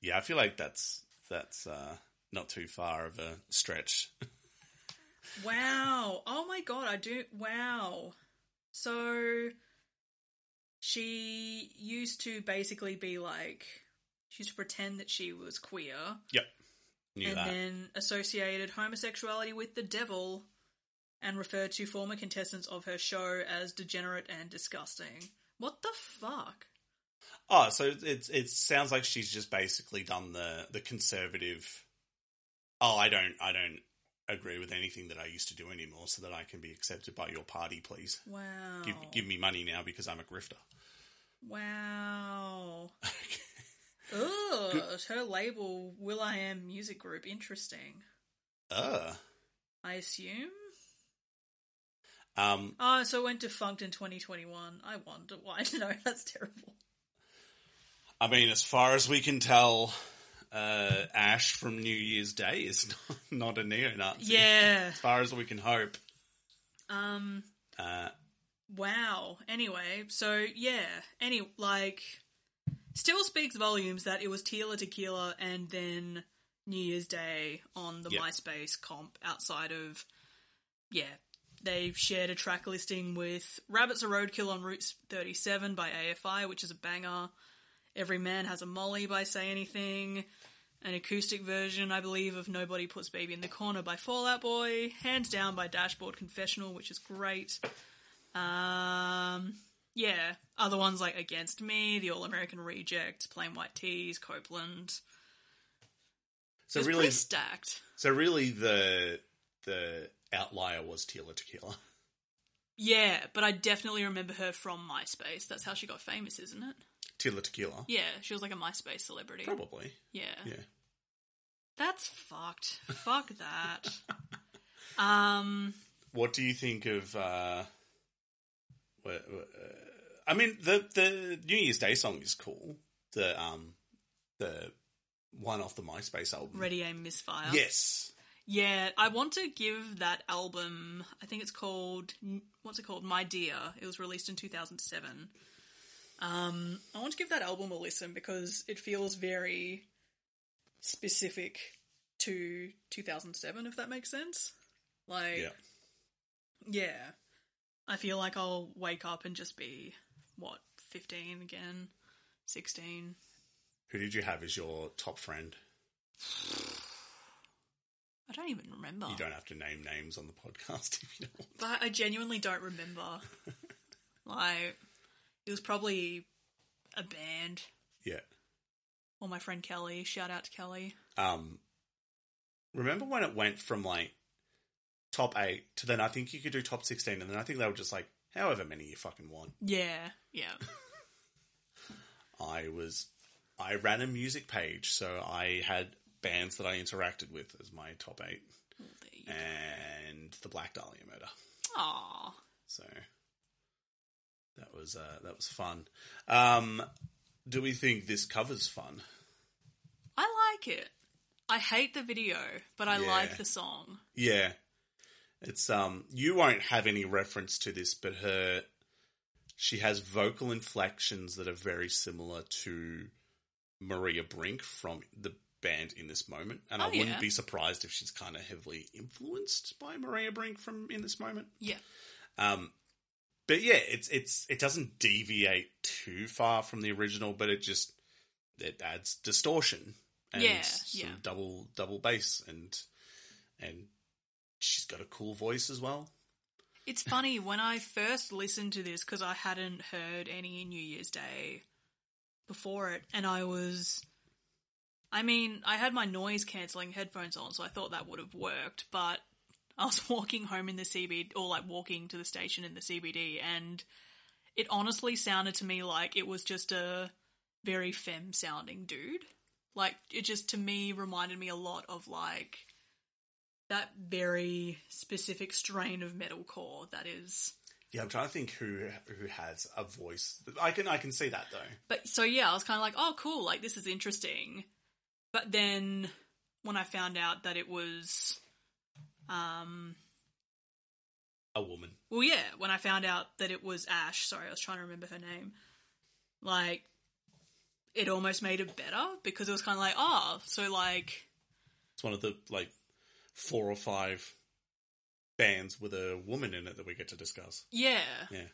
Yeah, I feel like that's that's uh, not too far of a stretch.
Wow. Oh my god, I do. Wow. So she used to basically be like, she used to pretend that she was queer
Yep, knew
and
that.
then associated homosexuality with the devil and referred to former contestants of her show as degenerate and disgusting. What the fuck?
Oh, so it's it sounds like she's just basically done the the conservative. Oh, I don't I don't agree with anything that I used to do anymore, so that I can be accepted by your party, please.
Wow.
Give
Oh.
give me money now because I'm a grifter. <laughs>
Wow. Ugh, her label, Will I Am Music Group. Interesting.
Uh,
I assume.
um,
Oh, so it went defunct in 2021. I wonder why. <laughs> No, that's terrible.
I mean, as far as we can tell, uh, Ash from New Year's Day is <laughs> not, not a neo-Nazi.
Yeah.
as far as we can hope.
Um.
Uh,
Wow. Anyway, so yeah. Any like, still speaks volumes that it was Tequila Tequila and then New Year's Day on the
Yep.
MySpace comp outside of. Yeah, they shared a track listing with "Rabbits a Roadkill" on Route 37 by AFI, which is a banger. Every Man Has a Molly by Say Anything, an acoustic version, I believe, of Nobody Puts Baby in the Corner by Fallout Boy, Hands Down by Dashboard Confessional, which is great. Um, yeah, other ones like Against Me, The All American Reject, Plain White Tees, Copeland.
so
it's
really,
pretty stacked.
so really, the the outlier was Tila Tequila.
Yeah, but I definitely remember her from MySpace. That's how she got famous, isn't it?
Tila Tequila,
Yeah, she was like a MySpace celebrity.
probably.
Yeah.
Yeah,
That's fucked. Fuck that. <laughs> um,
what do you think of? Uh, wha- wha- uh, I mean, the the New Year's Day song is cool. The um, the one off the MySpace album.
Ready Aim Misfire.
Yes.
Yeah, I want to give that album. I think it's called what's it called? My Dear. It was released in 2007. Um, I want to give that album a listen because it feels very specific to 2007 if that makes sense. Like
Yeah.
yeah. I feel like I'll wake up and just be what, 15 again, 16.
Who did you have as your top friend?
I don't even remember.
You don't have to name names on the <laughs> podcast if you don't. want.
But I genuinely don't remember. like, it was probably a band
Yeah.
or my friend Kelly. Shout out to Kelly.
Um, remember when it went from like top eight to then I think you could do top sixteen, and then I think they were just like however many you fucking want.
Yeah, yeah.
I was I ran a music page, so I had bands that I interacted with as my top eight,
There you-
and the Black Dahlia Murder.
Aw.
So that was uh, that was fun. Um, do we think this covers fun?
I like it. I hate the video, but I
Yeah.
like the song.
Yeah. It's um you won't have any reference to this, but her she has vocal inflections that are very similar to Maria Brink from the band in this moment. And I
Oh,
wouldn't
yeah.
be surprised if she's kinda heavily influenced by Maria Brink from in this moment.
Yeah.
Um but yeah, it's it's it doesn't deviate too far from the original, but it just it adds distortion and
Yeah,
some
yeah.
double double bass and and she's got a cool voice as well.
It's funny when I first listened to this because I hadn't heard any New Year's Day before it, and I was. I mean, I had my noise cancelling headphones on, so I thought that would have worked, but I was <laughs> walking home in the CBD, or like walking to the station in the CBD, and it honestly sounded to me like it was just a very femme sounding dude. Like, it just to me reminded me a lot of like that very specific strain of metalcore that is.
Yeah, I'm trying to think who who has a voice. I can I can see that though.
But so yeah, I was kind of like, oh cool, like this is interesting. But then when I found out that it was, um,
A woman.
well, yeah, when I found out that it was Ash. Sorry, I was trying to remember her name. Like, it almost made it better because it was kind of like, oh, so like,
It's one of the like four or five bands with a woman in it that we get to discuss.
yeah,
Yeah.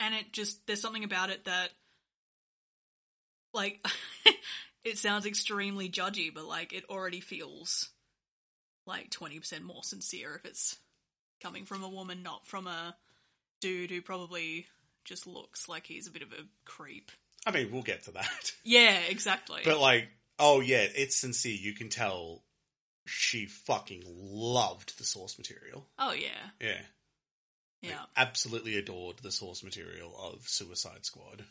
and it just there's something about it that like <laughs> it sounds extremely judgy but like it already feels like 20% more sincere if it's coming from a woman not from a dude who probably just looks like he's a bit of a creep
I mean, we'll get to that. <laughs>
yeah exactly
But like, oh yeah, it's sincere. You can tell she fucking loved the source material.
oh yeah
Yeah. Like,
yeah
absolutely adored the source material of Suicide Squad.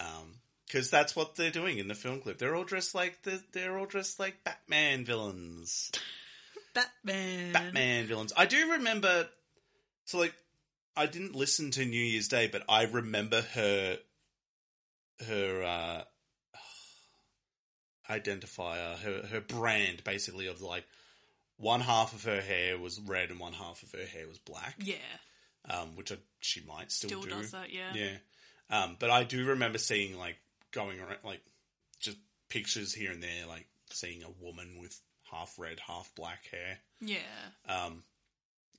Um, because that's what they're doing in the film clip. They're all dressed like the, they're all dressed like Batman villains.
batman
Batman villains. I do remember. So like, I didn't listen to New Year's Day, but I remember her, her uh identifier, her her brand basically of like one half of her hair was red and one half of her hair was black.
yeah
Um, which I, she might still,
still
do.
does that yeah
Yeah. Um, but I do remember seeing like going around like just pictures here and there, like seeing a woman with half red, half black hair.
yeah
Um,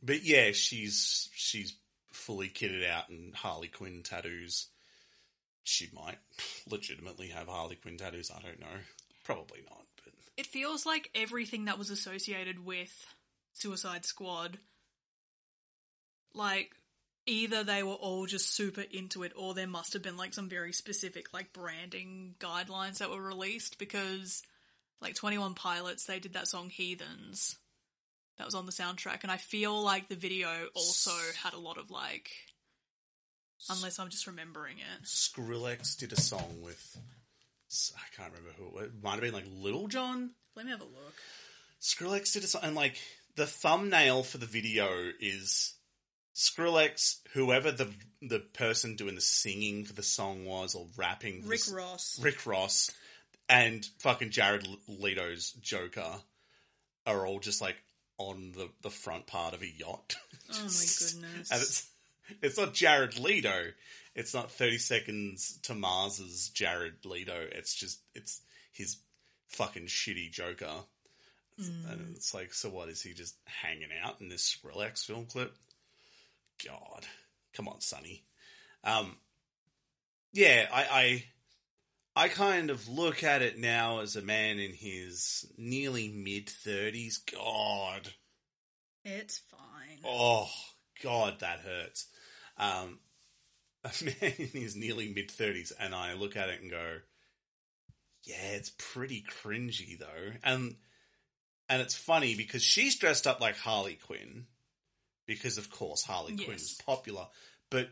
but yeah, she's she's fully kitted out in Harley Quinn tattoos. She might <laughs> legitimately have Harley Quinn tattoos. I don't know. Probably not. But
it feels like everything that was associated with Suicide Squad, like either they were all just super into it, or there must have been like some very specific like branding guidelines that were released because, like Twenty One Pilots, they did that song "Heathens," that was on the soundtrack, and I feel like the video also had a lot of like, unless I'm just remembering it.
Skrillex did a song with I can't remember who it was. Might have been like Little John.
Let me have a look.
Skrillex did a song, and like the thumbnail for the video is Skrillex, whoever the the person doing the singing for the song was or rapping, for the
Rick
s-
Ross.
Rick Ross, and fucking Jared L- Leto's Joker are all just like on the the front part of a yacht. <laughs>
Oh my goodness.
And it's it's not Jared Leto. It's not Thirty Seconds to Mars's Jared Leto. It's just it's his fucking shitty Joker.
Mm.
And it's like, so what is he just hanging out in this Skrillex film clip? God, come on, Sonny. Um, yeah, I, I, I kind of look at it now as a man in his nearly mid thirties. God,
It's fine.
Oh God, that hurts. Um, <laughs> a man in his nearly mid thirties, and I look at it and go, "Yeah, it's pretty cringy though." And and it's funny because she's dressed up like Harley Quinn, because of course Harley Quinn is
Yes.
popular, but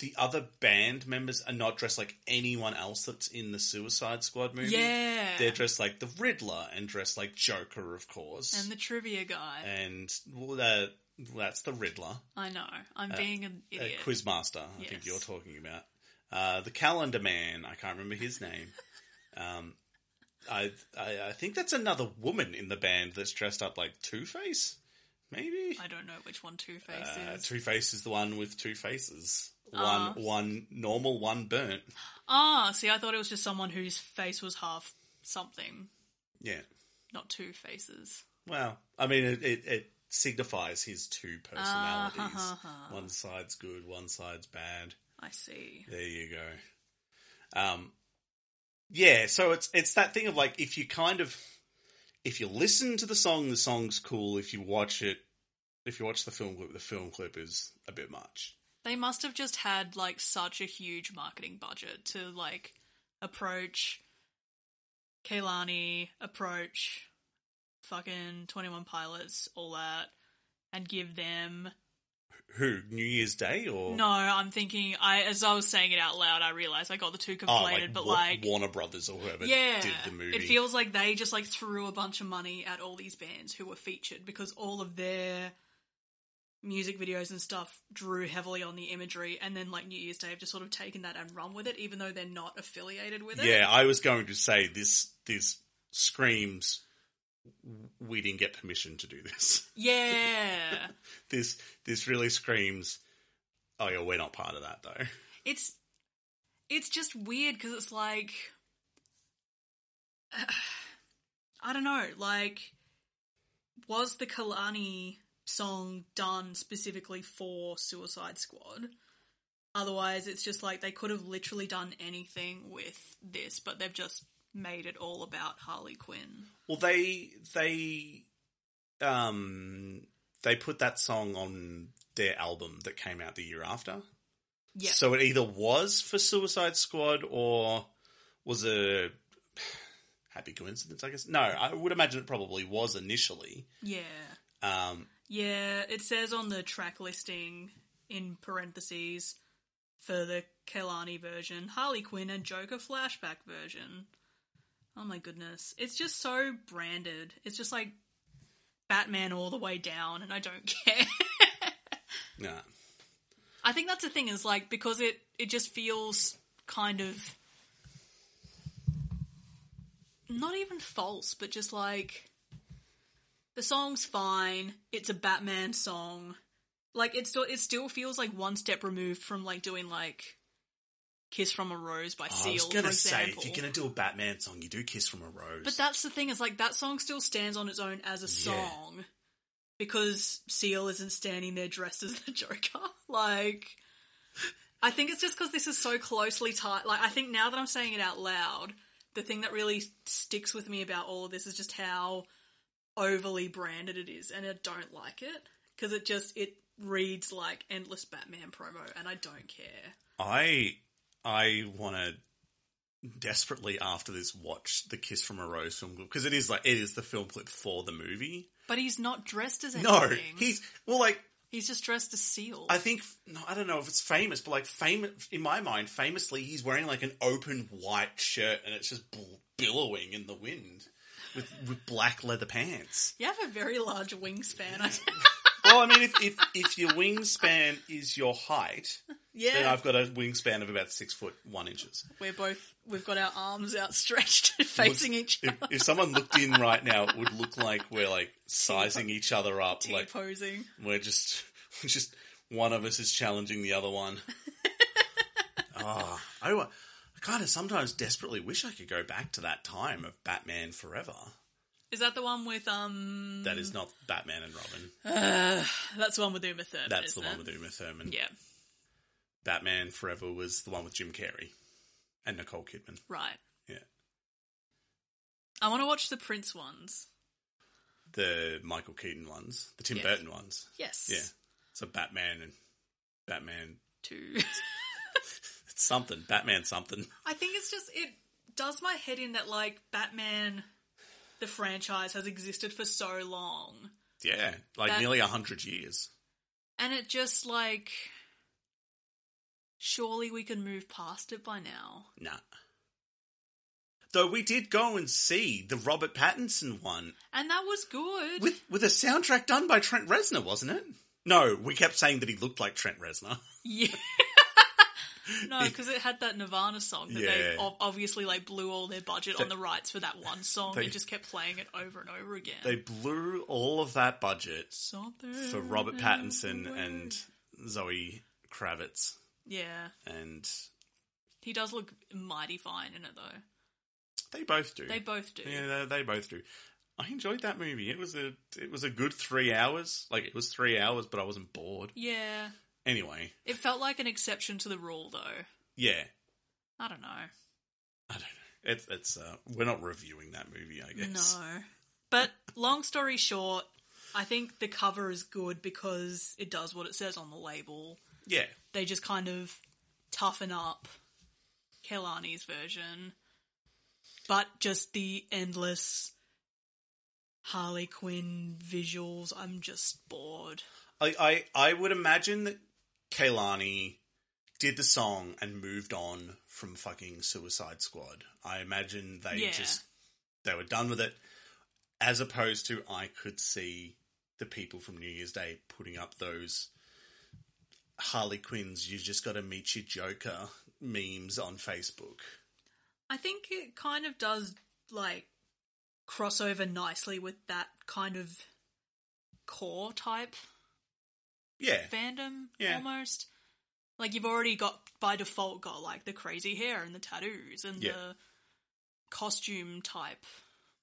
the other band members are not dressed like anyone else that's in the Suicide Squad movie.
Yeah.
They're dressed like the Riddler and dressed like Joker, of course
and the trivia guy.
and well, that that's the Riddler,
I know. I'm being an
uh,
idiot.
Quizmaster. I think
Yes.
you're talking about uh, the Calendar Man. I can't remember
<laughs>
his name. um, I, I I think that's another woman in the band that's dressed up like Two Face. Maybe
I don't know which one Two Face
uh,
is.
Two Face is the one with two faces.
Ah.
One one normal, one burnt.
Ah, see, I thought it was just someone whose face was half something,
Yeah.
not two faces.
Well, I mean, it, it, it signifies his two
Ah,
personalities.
Ah-ha-ha-ha.
One side's good, one side's bad.
I see.
There you go. Um, yeah, so it's it's that thing of like if you kind of if you listen to the song, the song's cool. If you watch it, if you watch the film clip, the film clip is a bit much.
They must have just had like such a huge marketing budget to like approach Kaylani, approach fucking Twenty One Pilots, all that, and give them
Who New Year's Day or
No, I'm thinking. I as I was saying it out loud, I realized I got the two
Oh,
conflated. but
Wa-
like,
Warner Brothers or whoever
yeah,
did the movie.
it feels like they just like threw a bunch of money at all these bands who were featured because all of their music videos and stuff drew heavily on the imagery, and then like New Year's Day have just sort of taken that and run with it, even though they're not affiliated with it.
yeah, I was going to say this this screams we didn't get permission to do this. <laughs>
Yeah.
This this really screams, oh yeah, we're not part of that though.
it's it's just weird because it's like <sighs> I don't know, like was the Kalani song done specifically for Suicide Squad? Otherwise, it's just like they could have literally done anything with this, but they've just made it all about Harley Quinn.
Well, they they um they put that song on their album that came out the year after.
Yeah.
So it either was for Suicide Squad or was a <sighs> happy coincidence, I guess. No, I would imagine it probably was initially.
yeah.
Um,
Yeah, it says on the track listing in parentheses for the Kelani version, Harley Quinn and Joker flashback version. Oh my goodness. It's just so branded. It's just like Batman all the way down and I don't <laughs> care.
no.
I think that's the thing is like because it it just feels kind of not even false, but just like the song's fine. It's a Batman song. Like it still it still feels like one step removed from like doing like "Kiss from a Rose" by
Oh, I
Seal,
was
for
gonna say
example.
if you're gonna do a Batman song, you do "Kiss from a Rose."
But that's the thing is like that song still stands on its own as a
Yeah.
song because Seal isn't standing there dressed as the Joker. <laughs> Like I think it's just because this is so closely tied. Like I think now that I'm saying it out loud, the thing that really sticks with me about all of this is just how overly branded it is, and I don't like it because it just it reads like endless Batman promo, and I don't care.
I I want to desperately after this watch the Kiss from a Rose film because it is like it is the film clip for the movie.
But he's not dressed as anything.
No, he's well like
he's just dressed as Seal.
I think no, I don't know if it's famous, but like famous in my mind, famously he's wearing like an open white shirt and it's just bl- billowing in the wind with with black leather pants.
You have a very large wingspan. I
Well, I mean, if if, if your wingspan is your height, then
yeah,
I've got a wingspan of about six foot one inches.
we're both we've got our arms outstretched, <laughs> facing each
If,
other,
if someone looked in right now, it would look like we're like sizing each other up. Like
posing.
we're just, we're just one of us is challenging the
<laughs>
other one. Ah, I, wa- I kind of sometimes desperately wish I could go back to that time of Batman Forever.
Is that the one with um?
That is not Batman
<laughs>
and Robin.
Uh, That's the one with Uma Thurman.
That's the
isn't
one
it?
with Uma Thurman.
Yeah,
Batman Forever was the one with Jim Carrey and Nicole Kidman.
right.
Yeah,
I want to watch the Prince ones.
the Michael Keaton ones, the Tim
Yeah.
Burton ones.
Yes.
Yeah, so Batman and Batman
Two.
It's something. Batman something.
<laughs>
<laughs>
I think it's just it does my head in that like Batman, the franchise has existed for so long,
Yeah. Like
Bat-
nearly a hundred years.
and it just like. Surely we can move past it by now.
Nah. Though we did go and see the Robert Pattinson one
And that was good.
with with a soundtrack done by Trent Reznor, wasn't it? No, we kept saying that he looked like Trent Reznor. <laughs>
Yeah. no, because it had that Nirvana song that they
Yeah.
ob- obviously like blew all their budget on the rights for that one song
they-
and just kept playing it over and over again.
They blew all of that budget
Something
for Robert
in
Pattinson
the way.
and Zoe Kravitz
yeah,
and
he does look mighty fine in it though.
they both do.
They both do.
Yeah, they, they both do. I enjoyed that movie. It was a it was a good three hours. Like it was three hours, but I wasn't bored.
Yeah.
Anyway,
it felt like an exception to the rule though.
yeah,
I don't know.
I don't know. It's it's uh, we're not reviewing that movie, I guess.
No. But long story short, I think the cover is good because it does what it says on the label.
Yeah,
they just kind of toughen up Kelani's version, but just the endless Harley Quinn visuals. I'm just bored.
I I, I would imagine that Kaylani did the song and moved on from fucking Suicide Squad. I imagine they
Yeah.
just they were done with it, as opposed to I could see the people from New Year's Day putting up those Harley Quinns. You just got to meet your Joker memes on Facebook.
I think it kind of does like cross over nicely with that kind of core type
Yeah.
fandom
Yeah.
almost. Like you've already got by default got like the crazy hair and the tattoos and
Yeah.
the costume type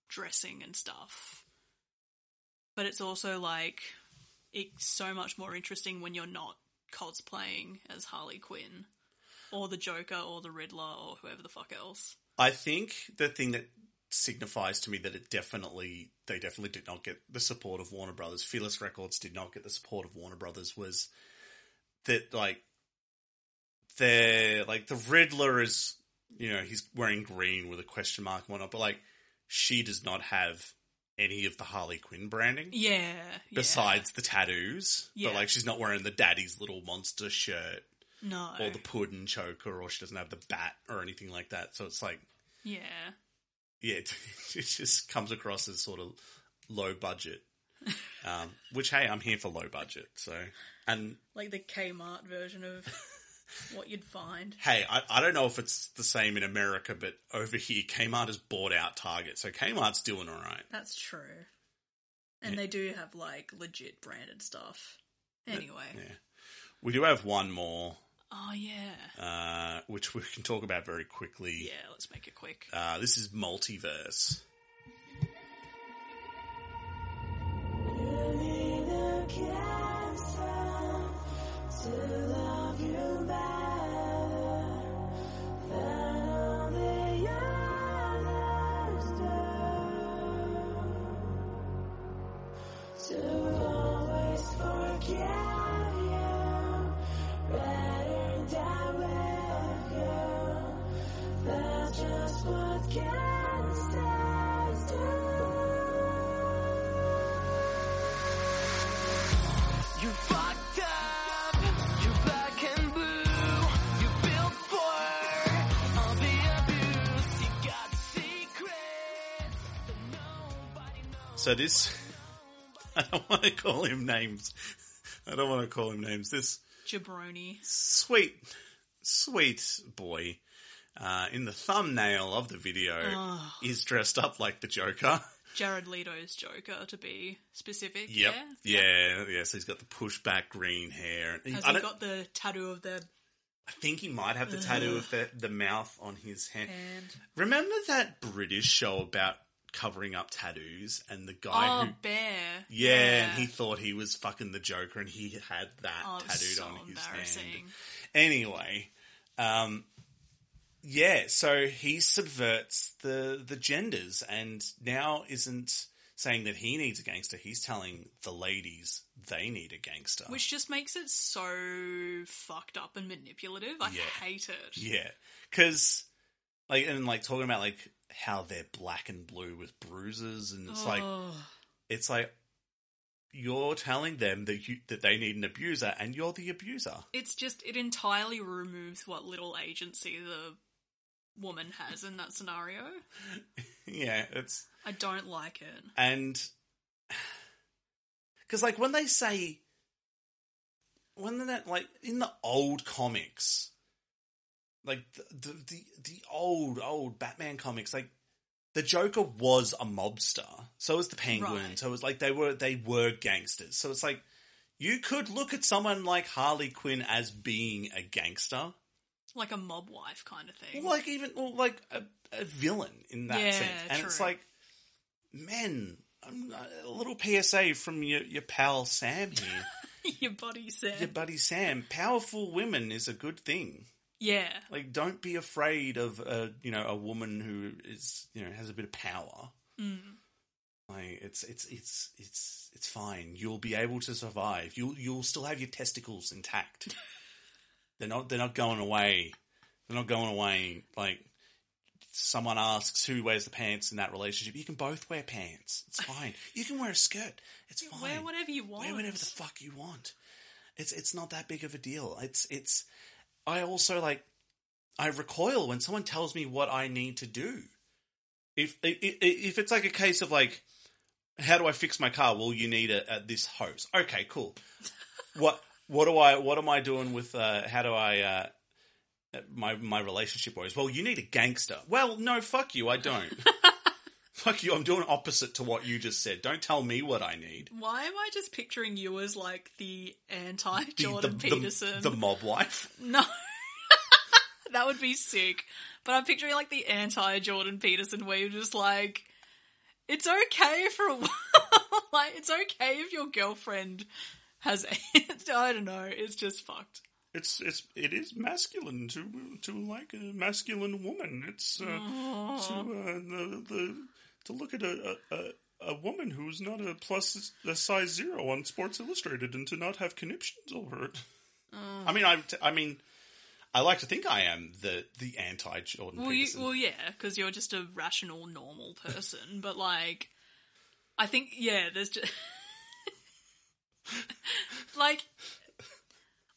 dressing and stuff. But it's also like it's so much more interesting when you're not cosplaying as Harley Quinn or the Joker or the Riddler or whoever the fuck else.
I think the thing that signifies to me that it definitely they definitely did not get the support of Warner Brothers. Fearless Records did not get the support of Warner Brothers was that like they're like the Riddler is you know, he's wearing green with a question mark and whatnot, but like she does not have any of the Harley Quinn branding.
Yeah. yeah.
Besides the tattoos,
Yeah.
but like she's not wearing the daddy's little monster shirt
no.
or the puddin choker, or she doesn't have the bat or anything like that. So it's like
yeah.
yeah, <laughs> it, it just comes across as sort of low budget. Um, which hey, I'm here for low budget. So, and
Like the Kmart version of <laughs> what you'd find.
hey, I, I don't know if it's the same in America, but over here, Kmart has bought out Target, so Kmart's doing all right.
That's true. And
Yeah.
they do have like legit branded stuff. Anyway.
Yeah, we do have one more,
Oh yeah.
uh, which we can talk about very quickly.
Yeah, let's make it quick.
Uh, this is multiverse.
You fucked up. You're black and blue. You built for all the abuse. You got secrets that nobody knows.
So this, <laughs> I don't want to call him names. I don't want to call him names. This
Jabroni.
sweet, sweet boy uh, in the thumbnail of the video
Oh.
is dressed up like the Joker.
Jared Leto's Joker to be specific.
Yep.
Yeah.
Yeah. Yeah. So he's got the pushback green hair. And
Has
I,
he
don't-
got the tattoo of the
I think he might have the tattoo of the, the mouth on his hand.
hand?
Remember that British show about covering up tattoos and the guy
Oh,
who.
bear.
Yeah, and he thought he was fucking the Joker, and he had that
Oh, it was
tattooed
so
on his hand.
embarrassing.
anyway, um, yeah, so he subverts the the genders and now isn't saying that he needs a gangster. He's telling the ladies they need a gangster.
Which just makes it so fucked up and manipulative. I
Yeah.
hate it.
yeah, because like and like talking about like how they're black and blue with bruises, and it's like
Ugh.
it's like you're telling them that you that they need an abuser, and you're the abuser. <laughs>
it's just it entirely removes what little agency the woman has in that scenario.
yeah, it's
I don't like it.
and <sighs> because like when they say when that like in the old comics like the, the the the old old batman comics like the joker was a mobster so was the penguin
Right.
so it was like they were they were gangsters so it's like you could look at someone like harley quinn as being a gangster
Like a mob wife kind of thing.
well, like even well, like a, a villain in that
Yeah,
sense, and it's
true.
like, men, I'm, uh, a little PSA from your your pal Sam
<laughs>
here,
<laughs> Your buddy said.
your buddy Sam. Powerful women is a good thing.
yeah.
Like, don't be afraid of a you know a woman who is you know has a bit of power.
Mm.
Like it's it's it's it's it's fine. You'll be able to survive. You'll you'll still have your
<laughs>
testicles intact. they're not they're not going away. They're not going away. Like someone asks who wears the pants in that relationship. You can both wear pants. It's fine. you can wear a skirt. It's fine.
Wear whatever you want.
Wear whatever the fuck you want. It's it's not that big of a deal. It's it's I also like I recoil when someone tells me what I need to do. If i- i- if it's like a case of like how do I fix my car? Well, you need a, a this hose. Okay, cool. what what do I what am I doing with uh how do I uh my my relationship worries? Well, you need a gangster. Well, no, fuck you, I don't. Fuck you, I'm doing opposite to what you just said. Don't tell me what I need.
Why am I just picturing you as like the anti
The-
Jordan
the,
Peterson?
The, the mob wife.
no. <laughs> that would be sick. But I'm picturing like the anti Jordan Peterson where you're just like, it's okay for a while. <laughs> like, it's okay if your girlfriend has, <laughs> I don't know, it's just fucked.
It's it's it is masculine to to like a masculine woman. It's uh, to uh, the, the to look at a, a- a a woman who's not a plus a size zero on Sports Illustrated and to not have conniptions over it. I mean, I I mean, I like to think I am the the anti Jordan
Well, you,
Peterson.
well, yeah, because you're just a rational, normal person. but like, I think yeah, there's just <laughs> like,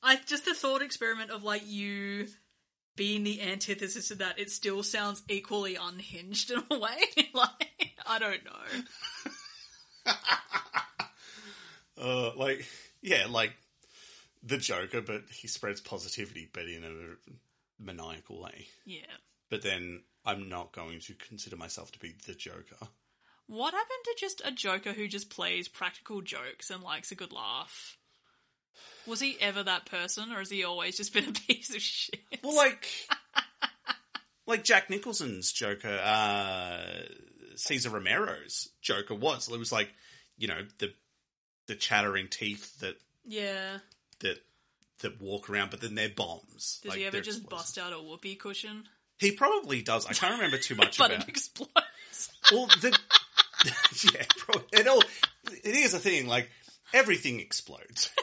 I just the thought experiment of like you being the antithesis of that. It still sounds equally unhinged in a way. <laughs> like, I don't know.
uh, like yeah, like the Joker, but he spreads positivity, but in a maniacal way.
Yeah.
But then I'm not going to consider myself to be the Joker.
What happened to just a Joker who just plays practical jokes and likes a good laugh? Was he ever that person, or has he always just been a <laughs> piece of shit?
Well, like, <laughs> like Jack Nicholson's Joker, uh, Caesar Romero's Joker was. It was like, you know, the the chattering teeth that
Yeah.
that that walk around, but then they're bombs.
Does
Like,
he ever
they're
just
explosive.
bust out a whoopee cushion?
He probably does. I can't remember too
<laughs>
much
But
about.
it
<laughs>
explodes.
Well, the, <laughs> yeah, probably, it all it is a thing. Like everything explodes.
<laughs>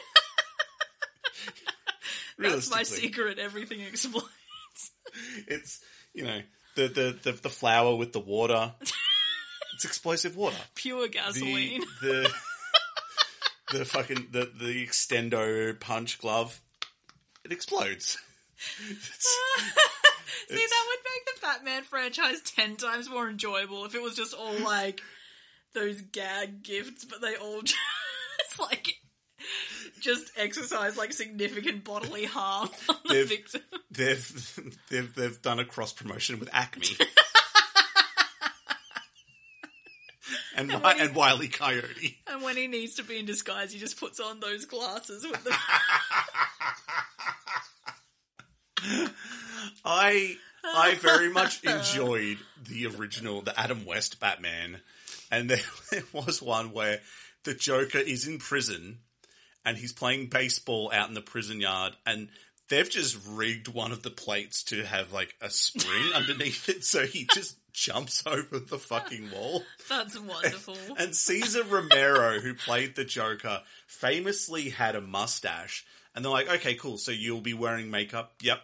That's my
Realistically.
secret. Everything explodes. <laughs>
It's you know the the the, the flour with the water. it's explosive water.
Pure gasoline.
The the, the fucking the the extendo punch glove. It explodes.
<laughs> See, that would make the Batman franchise ten times more enjoyable if it was just all like those gag gifts, but they all <laughs> just like just exercise like significant bodily harm <laughs> on the
They've-
victim.
They've they've they've done a cross promotion with Acme. And, Wi-
when he-
and Wiley Coyote.
And when he needs to be in disguise, he just puts on those glasses with the <laughs>
I I very much enjoyed the original, the Adam West Batman, and there, <laughs> there was one where the Joker is in prison and he's playing baseball out in the prison yard, and they've just rigged one of the plates to have like a spring underneath it, so he just jumps <laughs> over the fucking wall.
That's wonderful.
<laughs> And Caesar Romero, who played the Joker, famously had a mustache. And they're like, okay, cool. So you'll be wearing makeup. Yep.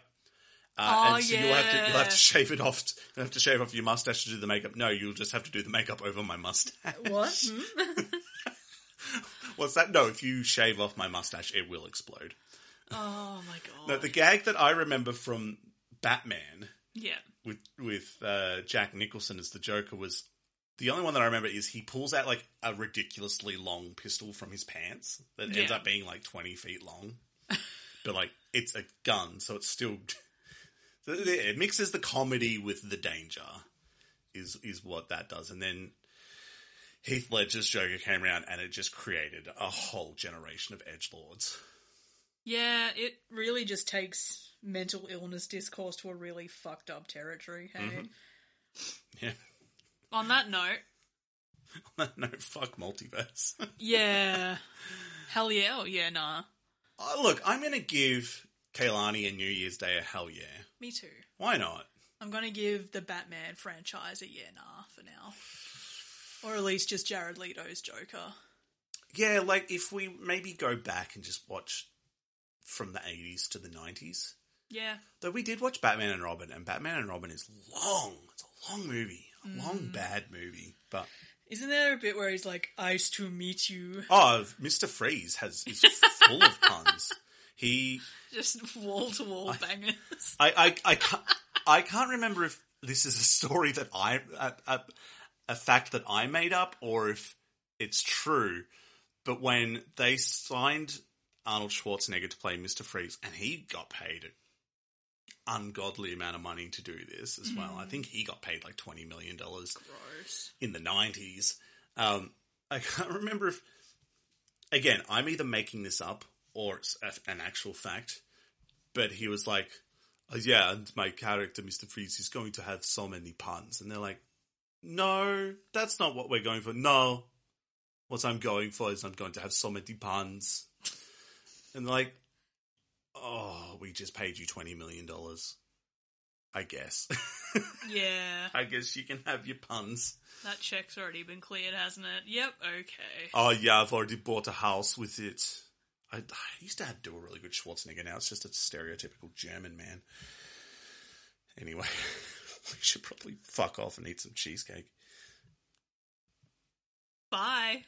Uh,
Oh,
and so you'll have to you'll have
yeah.
to shave it off. You'll have to shave off your mustache to do the makeup. No, you'll just have to do the makeup over my mustache. <laughs>
what? Hmm?
What's that? No, if you shave off my mustache, it will explode.
Oh my god.
No, the gag that I remember from Batman
yeah.
with with uh, Jack Nicholson as the Joker was the only one that I remember is he pulls out like a ridiculously long pistol from his pants that ends
Yeah.
up being like twenty feet long, but like it's a gun, so it's still <laughs> so it it mixes the comedy with the danger is is what that does, and then. Heath Ledger's Joker came around and it just created a whole generation of edge lords.
Yeah, it really just takes mental illness discourse to a really fucked up territory, hey?
<laughs> Yeah, <laughs>
On that note,
no fuck multiverse.
yeah. Hell yeah, oh yeah, nah.
Uh, look, I'm going to give Kaylani and New Year's Day a hell yeah.
Me too.
Why not?
I'm gonna give the Batman franchise a yeah, nah for now. Or at least just Jared Leto's Joker.
Yeah, like if we maybe go back and just watch from the 80s to the 90s.
Yeah.
Though we did watch Batman and Robin, and Batman and Robin is long. It's a long movie, a long bad movie. But
Isn't there a bit where he's like, "Ice to meet you,"
oh, Mr. Freeze has is full of <laughs> puns. He
just <laughs> wall to wall bangers?
I, I, I can't, I can't remember if this is a story that I, a, a, a fact that I made up or if it's true. But when they signed Arnold Schwarzenegger to play Mr. Freeze and he got paid ungodly amount of money to do this as well. I think he got paid like twenty million dollars
Gross.
in the nineties. Um, I can't <laughs> remember if again I'm either making this up or it's a- an actual fact. But he was like, oh, "Yeah, and my character, Mister Freeze, is going to have so many puns," and they're like, "No, that's not what we're going for. No, what I'm going for is I'm going to have so many puns," <laughs> and they're like. Oh, we just paid you twenty million dollars. I guess. <laughs>
Yeah.
I guess you can have your puns.
That check's already been cleared, hasn't it? Yep, okay. <laughs>
Oh yeah, I've already bought a house with it. I, I used to have, do a really good Schwarzenegger. Now it's just a stereotypical German man. Anyway, <laughs> we should probably fuck off and eat some cheesecake.
Bye.